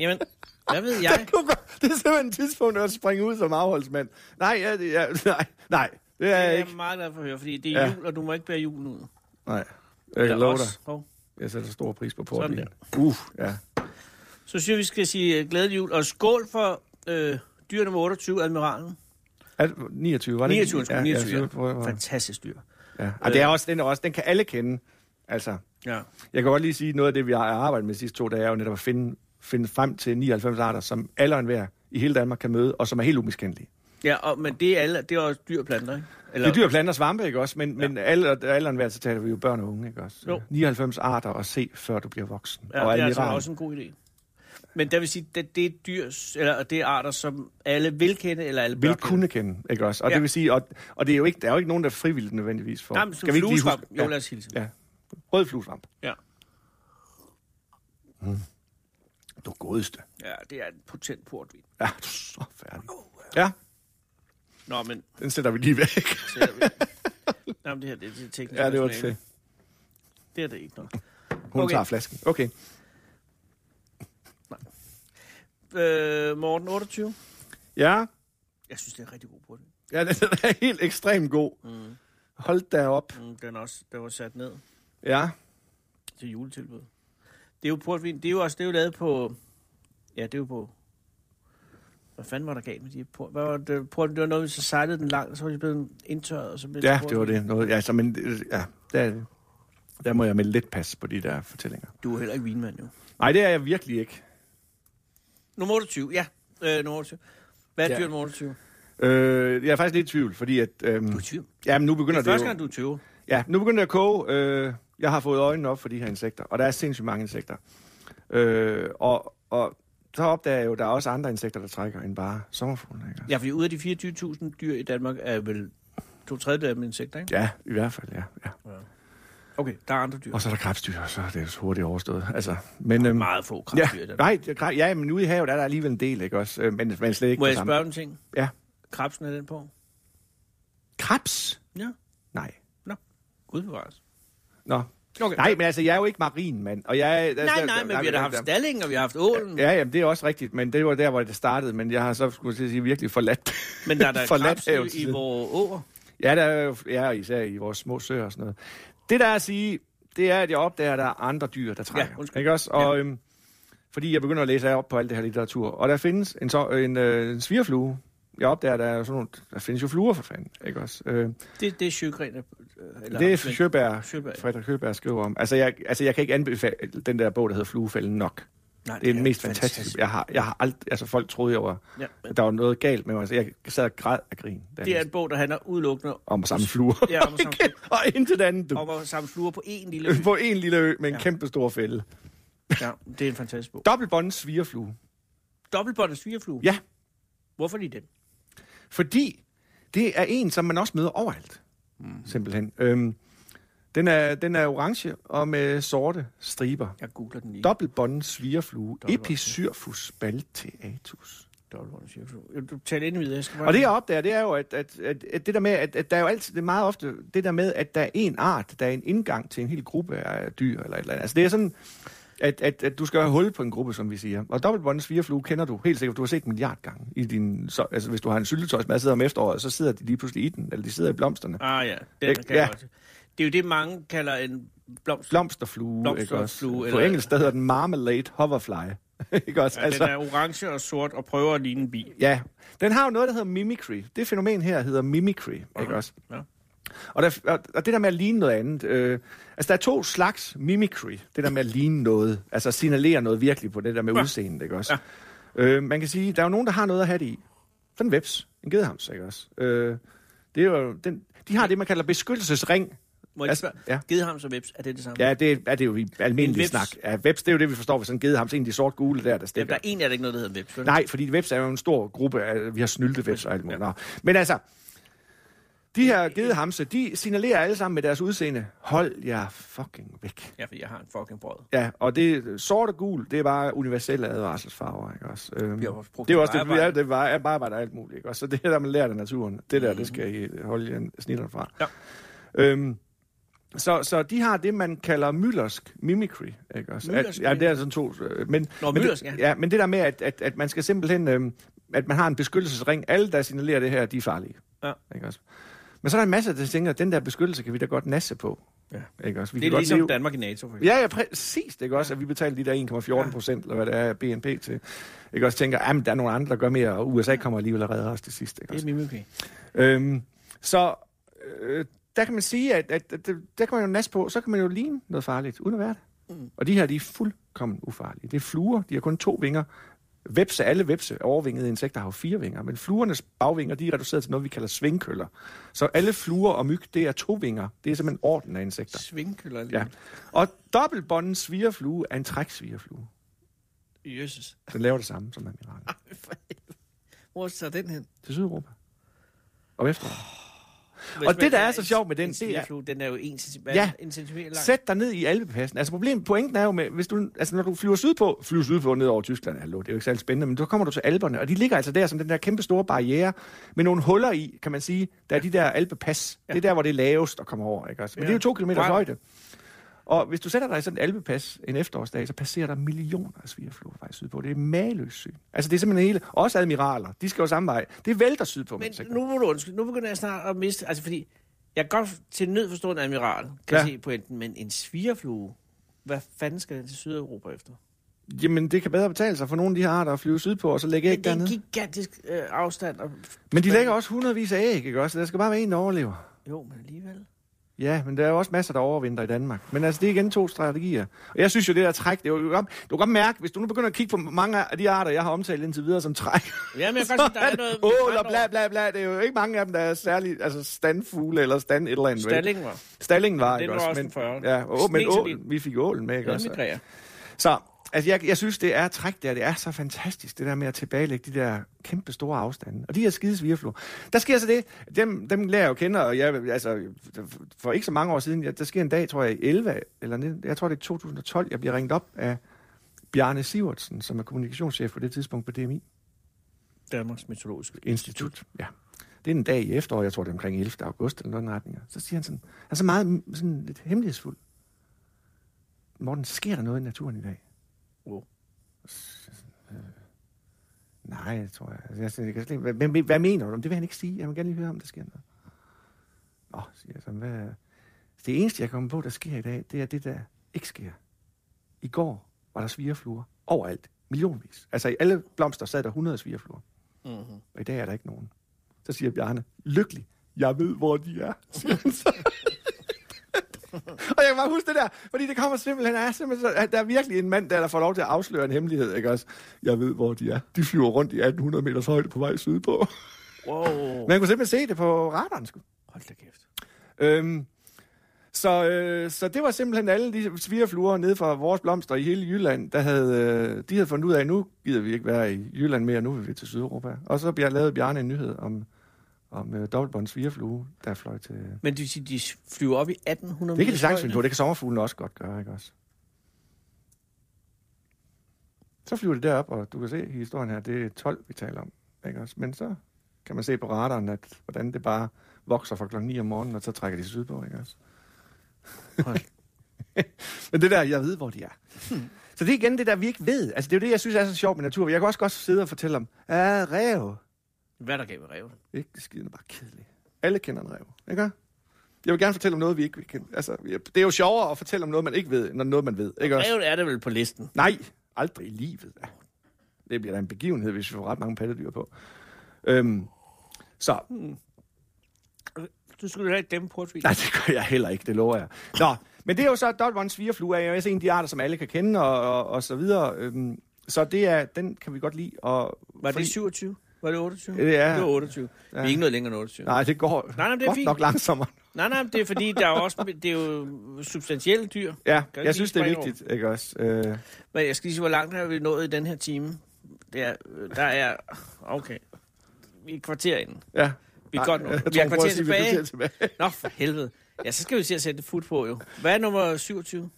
Speaker 2: Jamen, hvad ved jeg?
Speaker 3: Det kunne godt- Det er simpelthen et tidspunkt at springe ud som afholdsmand. Nej, ja, det, ja, nej, nej, det er
Speaker 2: Det er
Speaker 3: jeg
Speaker 2: jeg
Speaker 3: ikke.
Speaker 2: meget glad for at høre, fordi det er
Speaker 3: Ja.
Speaker 2: jul, og du må ikke bære julen ud.
Speaker 3: Nej, jeg kan love dig.
Speaker 2: Hov.
Speaker 3: Jeg sætter stor pris på
Speaker 2: Sådan
Speaker 3: portvin. Uff, ja.
Speaker 2: Så synes jeg, vi skal sige øh, glædelig jul, og skål for øh, dyr nummer 28, admiralen.
Speaker 3: Er det 29, var det
Speaker 2: 29,
Speaker 3: ikke?
Speaker 2: ja, 29.
Speaker 3: Ja,
Speaker 2: Ja,
Speaker 3: jeg prøver, prøver.
Speaker 2: Fantastisk dyr.
Speaker 3: ja. Og det er også, den, er også, den kan alle kende. Altså,
Speaker 2: Ja.
Speaker 3: jeg kan godt lige sige, noget af det, vi har arbejdet med de sidste to dage, er jo netop at finde, finde frem til 99 arter, som alle og enhver i hele Danmark kan møde, og som er helt umiskendelige.
Speaker 2: Ja, og, men det er, alle, det er også dyr og planter, ikke?
Speaker 3: Det er dyr, planter og svampe, ikke også? Men, men alle, alle og enhver, så taler vi jo børn og unge, ikke også?
Speaker 2: Jo.
Speaker 3: 99 arter at se, før du bliver voksen.
Speaker 2: Ja, det er altså
Speaker 3: admiral.
Speaker 2: også en god idé. Men der vil sige, det, det er dyr, eller det er arter, som alle vil kende, eller alle bør
Speaker 3: vil
Speaker 2: kende.
Speaker 3: kunne kende, ikke også? Og
Speaker 2: Ja.
Speaker 3: ja. det vil sige, og, og det er jo ikke, der er jo ikke nogen, der frivilligt nødvendigvis får.
Speaker 2: Nej, men som fluesvamp. Jo,
Speaker 3: Ja,
Speaker 2: lad os hilse.
Speaker 3: ja. Rød fluesvamp.
Speaker 2: Ja.
Speaker 3: Du godeste.
Speaker 2: ja, det er en potent portvin.
Speaker 3: Ja, du er så færdig. Ja,
Speaker 2: Nå, men...
Speaker 3: den sætter vi lige væk.
Speaker 2: Så jeg, Nå, men det her, det, det er teknisk.
Speaker 3: Ja, det var
Speaker 2: personale.
Speaker 3: til.
Speaker 2: Det er det ikke nok.
Speaker 3: Hun
Speaker 2: Okay.
Speaker 3: okay. tager flasken. Okay.
Speaker 2: øh, Morten, 28.
Speaker 3: Ja,
Speaker 2: Jeg synes, det er rigtig god på det.
Speaker 3: ja den den er helt ekstremt god.
Speaker 2: Mm.
Speaker 3: Hold da op.
Speaker 2: Mm, den, er også, den var sat ned
Speaker 3: Ja,
Speaker 2: til juletilbud. Det er jo portvin. Det er jo også det er jo lavet på... Ja, det er jo på... Hvad fanden var der galt med de her port? Hvad var det? Portvin, det var noget, så sejlede den langt, og så var de blevet indtørret, og så blev
Speaker 3: ja
Speaker 2: til
Speaker 3: det var
Speaker 2: portvin.
Speaker 3: det. Noget, ja, så, men, øh, ja, der, der må jeg melde lidt pas på de der fortællinger.
Speaker 2: Du er heller ikke vinmand, jo.
Speaker 3: Nej, det er jeg virkelig ikke.
Speaker 2: Nummer 28, ja. Øh, nummer 28. Hvad er
Speaker 3: Ja.
Speaker 2: ja. dyrt nummer 28?
Speaker 3: Øh, jeg er faktisk lidt i tvivl, fordi at... Øhm,
Speaker 2: Du er 20.
Speaker 3: ja, men nu
Speaker 2: Det
Speaker 3: begynder
Speaker 2: er
Speaker 3: det, det
Speaker 2: første
Speaker 3: jo...
Speaker 2: gang, du er 20.
Speaker 3: Ja, nu begynder det at koge. Øh, jeg har fået øjnene op for de her insekter, og der er sindssygt mange insekter. Øh, og, og så opdager jeg jo, at der er også andre insekter, der trækker end bare sommerfuglen. Ikke?
Speaker 2: Ja, fordi ud af de 24.000 dyr i Danmark er vel to tredjedel af dem insekter, ikke?
Speaker 3: ja, i hvert fald, ja. ja.
Speaker 2: Okay, der er andre dyr.
Speaker 3: Og så er der krebsdyr, og så er det jo så hurtigt overstået. Altså, men, øhm,
Speaker 2: Meget få
Speaker 3: ja,
Speaker 2: krabdyr i Danmark.
Speaker 3: nej, det er kre- ja, men ude i havet er der alligevel en del, ikke også? Øh, Men, men slet ikke
Speaker 2: Må
Speaker 3: det
Speaker 2: jeg
Speaker 3: samme.
Speaker 2: spørge om en ting?
Speaker 3: Ja.
Speaker 2: Krabsen er den på?
Speaker 3: Krebs?
Speaker 2: Ja.
Speaker 3: Nej.
Speaker 2: Gud bevares.
Speaker 3: Nå.
Speaker 2: Okay.
Speaker 3: Nej, men altså, jeg er jo ikke marinmand, og jeg... Altså,
Speaker 2: nej, nej, men vi har da haft stallingen, og vi har haft ålen.
Speaker 3: Ja, jamen, det er også rigtigt, men det var der, hvor det startede, men jeg har så, skulle jeg til at sige, virkelig forladt
Speaker 2: Men der er da
Speaker 3: forladt
Speaker 2: krabs i, i
Speaker 3: havets-
Speaker 2: vores åer.
Speaker 3: Ja, der er jo, ja, især i vores små søer og sådan noget. Det, der er at sige, det er, at jeg opdager, at der er andre dyr, der trækker.
Speaker 2: undskyld.
Speaker 3: ikke også? Og, øhm, fordi jeg begynder at læse op på alt det her litteratur. Og der findes en, så, en, øh, en svigerflue. Jeg opdager, der, er sådan nogle, der findes jo fluer for fanden. Ikke også? Øh,
Speaker 2: Det, det er Sjøgren. øh, eller-
Speaker 3: det er
Speaker 2: men-
Speaker 3: Sjøberg,
Speaker 2: Sjøberg.
Speaker 3: Frederik Sjøberg skriver om. Altså jeg, altså, jeg kan ikke anbefale den der bog, der hedder Fluefælden nok.
Speaker 2: Nej,
Speaker 3: Det er den mest fantastiske. Jeg har, jeg har alt, altså, folk troede, jeg var,
Speaker 2: Ja, men
Speaker 3: at der var noget galt med mig. Så jeg sad og græd af grin. da jeg
Speaker 2: det er
Speaker 3: læste
Speaker 2: en bog, der handler udelukkende
Speaker 3: Om at samle fluer.
Speaker 2: Ja, om at samle
Speaker 3: og intet andet, du.
Speaker 2: om at samle fluer på én lille ø.
Speaker 3: Øh, På en lille ø med en
Speaker 2: Ja.
Speaker 3: ja. kæmpe stor fælde.
Speaker 2: Ja, det er en fantastisk bog.
Speaker 3: Dobbeltbåndet svigerflue.
Speaker 2: Dobbeltbåndet svigerflue.
Speaker 3: Ja,
Speaker 2: Hvorfor lige den?
Speaker 3: fordi det er en, som man også møder overalt. Mm. Simpelthen. Øhm, den, er, den er orange og med sorte striber.
Speaker 2: Jeg googler den lige.
Speaker 3: Dobbeltbåndet svigerflue.
Speaker 2: Dobbeltbåndet.
Speaker 3: Episyrfus balteatus.
Speaker 2: Dobbeltbåndet svigerflue. Ja, Du taler ind i det, jeg skal bare...
Speaker 3: Og det jeg opdager, det er jo, at, at, at, at det der med, at, at der er jo altid, det er meget ofte det der med, at der er en art, der er en indgang til en hel gruppe af dyr eller et eller andet. Altså det er sådan, at, at, at du skal have hul på en gruppe, som vi siger. Og dobbeltbåndens svigerflue kender du helt sikkert, for du har set en milliard gange. I din, så, altså hvis du har en syltetøjsmad, sidder om efteråret, så sidder de lige pludselig i den, eller de sidder i blomsterne.
Speaker 2: Ah ja, den
Speaker 3: Ikke?
Speaker 2: kan ja.
Speaker 3: Ja.
Speaker 2: jeg godt. Det er jo det, mange kalder en blomst.
Speaker 3: Blomsterflue, ikke også?
Speaker 2: Blomsterflue,
Speaker 3: På
Speaker 2: eller-
Speaker 3: engelsk der hedder den marmalade hoverfly. ikke også? Altså,
Speaker 2: Ja, den er orange og sort og prøver at ligne en bi.
Speaker 3: Ja, den har jo noget, der hedder mimicry. Det fænomen her hedder mimicry, ikke også?
Speaker 2: Ja.
Speaker 3: Og, der, og- og det der med at ligne noget andet, øh, altså der er to slags mimicry, det der med at ligne noget, altså signalere noget virkelig på det der med
Speaker 2: Ja.
Speaker 3: udseendet, ikke også? Ja. Øh, man kan sige, der er jo nogen, der har noget at have det i. Sådan en veps, en gedehams, ikke også? Øh, det er jo, den, de har det, man kalder beskyttelsesring.
Speaker 2: Må jeg
Speaker 3: Altså,
Speaker 2: altså, spørge?
Speaker 3: ja.
Speaker 2: Gedehams og veps, er det det samme?
Speaker 3: Ja, det er det er jo i
Speaker 2: En
Speaker 3: almindelig
Speaker 2: veps.
Speaker 3: snak. Ja, veps, det er jo det, vi forstår ved sådan en gedehams, en af de sort-gule der, der
Speaker 2: Jamen,
Speaker 3: stikker.
Speaker 2: der er en af det ikke noget, der hedder en veps. vel?
Speaker 3: Nej, fordi webs er jo en stor gruppe. Af, vi har snylte webs og alt muligt. Nå. Men altså, de her gedehamse, de signalerer alle sammen med deres udseende, hold jer fucking væk.
Speaker 2: Ja, fordi jeg har en fucking brød.
Speaker 3: Ja, og det sort og gul, det er bare universelle advarselsfarver, ikke også? Øhm,
Speaker 2: bliver også brugt
Speaker 3: det er
Speaker 2: i
Speaker 3: jo også det, vi er,
Speaker 2: vejarbejde.
Speaker 3: det var, er bare arbejder alt muligt, ikke også? Så det er der, man lærer af naturen. Det der, det skal I holde jer snitterne fra.
Speaker 2: Ja.
Speaker 3: Øhm, så, så de har det, man kalder myllersk mimicry, ikke også?
Speaker 2: Myllersk
Speaker 3: At, ja, det er sådan to... øh, Men,
Speaker 2: Nå,
Speaker 3: men,
Speaker 2: myllersk,
Speaker 3: det,
Speaker 2: ja.
Speaker 3: ja. men det der med, at, at, at man skal simpelthen... Øhm, at man har en beskyttelsesring. Alle, der signalerer det her, de er farlige.
Speaker 2: Ja.
Speaker 3: Ikke også? Men så er der en masse, der tænker, at den der beskyttelse kan vi da godt nasse på.
Speaker 2: Ja.
Speaker 3: Ikke også? Vi
Speaker 2: Det
Speaker 3: kan
Speaker 2: er
Speaker 3: godt
Speaker 2: ligesom
Speaker 3: leve-
Speaker 2: Danmark i NATO, for eksempel.
Speaker 3: Ja, ja, præcis. Det er også, at vi betaler de der 1,14 procent, eller hvad det er, af BNP til. Ikke også tænker, at der er nogle andre, der gør mere, og USA kommer alligevel og redder os til sidst. Ikke
Speaker 2: Det er
Speaker 3: også?
Speaker 2: mimikry.
Speaker 3: Øhm, så øh, der kan man sige, at, at, at det- der kan man jo nas på, så kan man jo ligne noget farligt, uden at være det.
Speaker 2: Mm.
Speaker 3: Og de her, de er fuldkommen ufarlige. Det er fluer, de har kun to vinger. Vepse, alle vepse, overvingede insekter har jo fire vinger, men fluernes bagvinger, de er reduceret til noget, vi kalder svingkøller. Så alle fluer og myg, det er to vinger. Det er simpelthen orden af insekter.
Speaker 2: Svingkøller lige.
Speaker 3: Ja. Og dobbeltbåndens svigerflue er en træksvigerflue.
Speaker 2: Jesus.
Speaker 3: Den laver det samme som admiral.
Speaker 2: Hvor tager den hen?
Speaker 3: Til Sydeuropa. Og efter.
Speaker 2: Hvis
Speaker 3: Og
Speaker 2: man
Speaker 3: det, der er
Speaker 2: kan-
Speaker 3: så sjovt med den,
Speaker 2: en
Speaker 3: det er-
Speaker 2: svigerflue, den er jo en centimeter,
Speaker 3: Ja.
Speaker 2: en centimeter lang.
Speaker 3: Sæt dig ned i Alpepassen. Altså problemet, pointen er jo med, hvis du, altså når du flyver sydpå, flyver sydpå ned over Tyskland, hallo, det er jo ikke særlig spændende, men så kommer du til Alperne, og de ligger altså der som den der kæmpe store barriere med nogle huller i, kan man sige, der er de der Alpepas. Det er der, hvor det er lavest at komme over, ikke også? Men det er jo to kilometer
Speaker 2: Wow.
Speaker 3: højde. Og hvis du sætter dig i sådan et alpepas en efterårsdag, så passerer der millioner af svigerfluer faktisk sydpå. Det er maløst syn. Altså det er simpelthen hele... Også admiraler, de skal jo samme vej. Det vælter sydpå.
Speaker 2: Men
Speaker 3: mens jeg går.
Speaker 2: nu må du undskylde. Nu begynder jeg snart at miste... Altså, fordi jeg kan godt til nød forstå en admiral, kan ja.
Speaker 3: Ja.
Speaker 2: se pointen, men en svigerflue, hvad fanden skal den til Sydeuropa efter?
Speaker 3: Jamen, det kan bedre betale sig for nogle af de her arter at flyve sydpå, og så lægge
Speaker 2: Men
Speaker 3: æg
Speaker 2: det er en
Speaker 3: dernede.
Speaker 2: gigantisk øh, afstand. Og...
Speaker 3: Men de lægger også hundredvis af æg, ikke også? Der skal bare være en, der overlever.
Speaker 2: Jo, men alligevel.
Speaker 3: Ja, men der er jo også masser, der overvinder i Danmark. Men altså, det er igen to strategier. Og jeg synes jo, det der træk, det er jo, du, kan godt, du kan godt mærke, hvis du nu begynder at kigge på mange af de arter, jeg har omtalt indtil videre som træk.
Speaker 2: Ja, men jeg kan
Speaker 3: så
Speaker 2: godt se, der er
Speaker 3: det
Speaker 2: noget...
Speaker 3: Ål og bla bla bla, det er jo ikke mange af dem, der er særlig, altså standfugle eller stand et eller andet. vel?
Speaker 2: Stalling var.
Speaker 3: Stallingen var,
Speaker 2: Den
Speaker 3: ikke
Speaker 2: var
Speaker 3: også?
Speaker 2: også en
Speaker 3: men,
Speaker 2: 40.
Speaker 3: ja, åh, men
Speaker 2: Snesebil.
Speaker 3: ålen, vi fik ålen med, ikke
Speaker 2: Den
Speaker 3: også?
Speaker 2: migrerer.
Speaker 3: Så altså, jeg, jeg synes, det er træk der. Det er så fantastisk, det der med at tilbagelægge de der kæmpe store afstande. Og de her skide svigerfluer. Der sker så det, dem, dem lærer jeg jo kende, og jeg, altså, for ikke så mange år siden, jeg, der sker en dag, tror jeg, i 11, eller 19, jeg tror, det er 2012, jeg bliver ringet op af Bjarne Sivertsen, som er kommunikationschef på det tidspunkt på DMI
Speaker 2: Danmarks Meteorologiske
Speaker 3: Institut. Ja. Det er en dag i efteråret, jeg tror, det er omkring 11. august eller noget retninger. Så siger han sådan, han er så meget sådan lidt hemmelighedsfuld. Morten, sker der noget i naturen i dag? Øh,
Speaker 2: Wow.
Speaker 3: Nej, tror jeg. Altså, jeg, siger, jeg kan slet ikke, hvad, hvad, hvad mener du? Jamen, Det vil han ikke sige. Jeg vil gerne lige høre, om der sker noget. Nå, siger jeg så. Hvad? Det eneste, jeg kommer på, der sker i dag, det er det, der ikke sker. I går var der svigerfluer overalt. Millionvis. Altså i alle blomster sad der 100 svigerfluer.
Speaker 2: Mhm.
Speaker 3: Og i dag er der ikke nogen. Så siger Bjarne, lykkelig, jeg ved, hvor de er. siger han så. og jeg kan bare huske det der, fordi det kommer simpelthen, er simpelthen så, der er virkelig en mand der, der får lov til at afsløre en hemmelighed, ikke også? Jeg ved, hvor de er. De flyver rundt i 1800 meters højde på vej sydpå.
Speaker 2: Wow.
Speaker 3: Man kunne simpelthen se det på radaren, sgu.
Speaker 2: Hold da kæft.
Speaker 3: Øhm, så, øh, så det var simpelthen alle de svigerfluer nede fra vores blomster i hele Jylland, der havde, øh, de havde fundet ud af, at nu gider vi ikke være i Jylland mere, nu vil vi til Sydeuropa. Og så bjer- lavede Bjarne en nyhed om, om øh, dobbeltbånds svigerflue, der fløj til...
Speaker 2: Men du siger, de flyver op i 1800
Speaker 3: Det kan de sagtens
Speaker 2: højde?
Speaker 3: finde på, det kan sommerfuglen også godt gøre, ikke også? Så flyver de derop, og du kan se i historien her, det er 12, vi taler om, ikke også? Men så kan man se på radaren, at, hvordan det bare vokser fra klokken 9 om morgenen, og så trækker de sydpå, ikke også?
Speaker 2: Hold Hmm.
Speaker 3: Men det der, jeg ved, hvor de er. Så det er igen det der, vi ikke ved. Altså, det er jo det, jeg synes er så sjovt med natur. Jeg kan også godt sidde og fortælle om, ah, rev.
Speaker 2: Hvad er der gav med reven?
Speaker 3: Ikke skidende, bare kedeligt. Alle kender en rev, ikke? Jeg vil gerne fortælle om noget, vi ikke kender. Altså, jeg- det er jo sjovere at fortælle om noget, man ikke ved, end om noget, man ved, ikke også?
Speaker 2: Reven er der vel på listen.
Speaker 3: Nej, aldrig i livet. da. Det bliver da en begivenhed, hvis vi får ret mange pattedyr på. Øhm, så,
Speaker 2: Du skulle da ikke dæmme portvin.
Speaker 3: Nej, det gør jeg heller ikke, det lover jeg. Nå, men det er jo så Dodbond svigerflue, er jo også en af de arter, som alle kan kende, og, og, og så videre. Øhm, så det er, den kan vi godt lide. Og,
Speaker 2: Var det 27? Var det 28?
Speaker 3: Det er-
Speaker 2: Det var 28. Ja. Vi er ikke noget længere end 28. Nej,
Speaker 3: Øh, Nej, det går
Speaker 2: Nej, nej, men det er
Speaker 3: godt
Speaker 2: fint.
Speaker 3: nok langsommere.
Speaker 2: nej, nej men det er fordi, der er, også, det er jo substantielle dyr.
Speaker 3: Ja,
Speaker 2: ikke
Speaker 3: jeg synes,
Speaker 2: lige
Speaker 3: det er
Speaker 2: springe
Speaker 3: vigtigt, ikke også? Øh,
Speaker 2: Men jeg skal lige sige, hvor langt har vi nået i den her time? Det er, øh, der er... Okay. Vi er et kvarter inden.
Speaker 3: ja.
Speaker 2: Vi er
Speaker 3: Nej,
Speaker 2: godt nået.
Speaker 3: jeg tror,
Speaker 2: Vi har
Speaker 3: hun prøver
Speaker 2: kvarter
Speaker 3: at sige, vi er
Speaker 2: tilbage.
Speaker 3: kvarter tilbage.
Speaker 2: Nå, for helvede. Ja, så skal vi se at sætte fut på, jo. Hvad er nummer 27?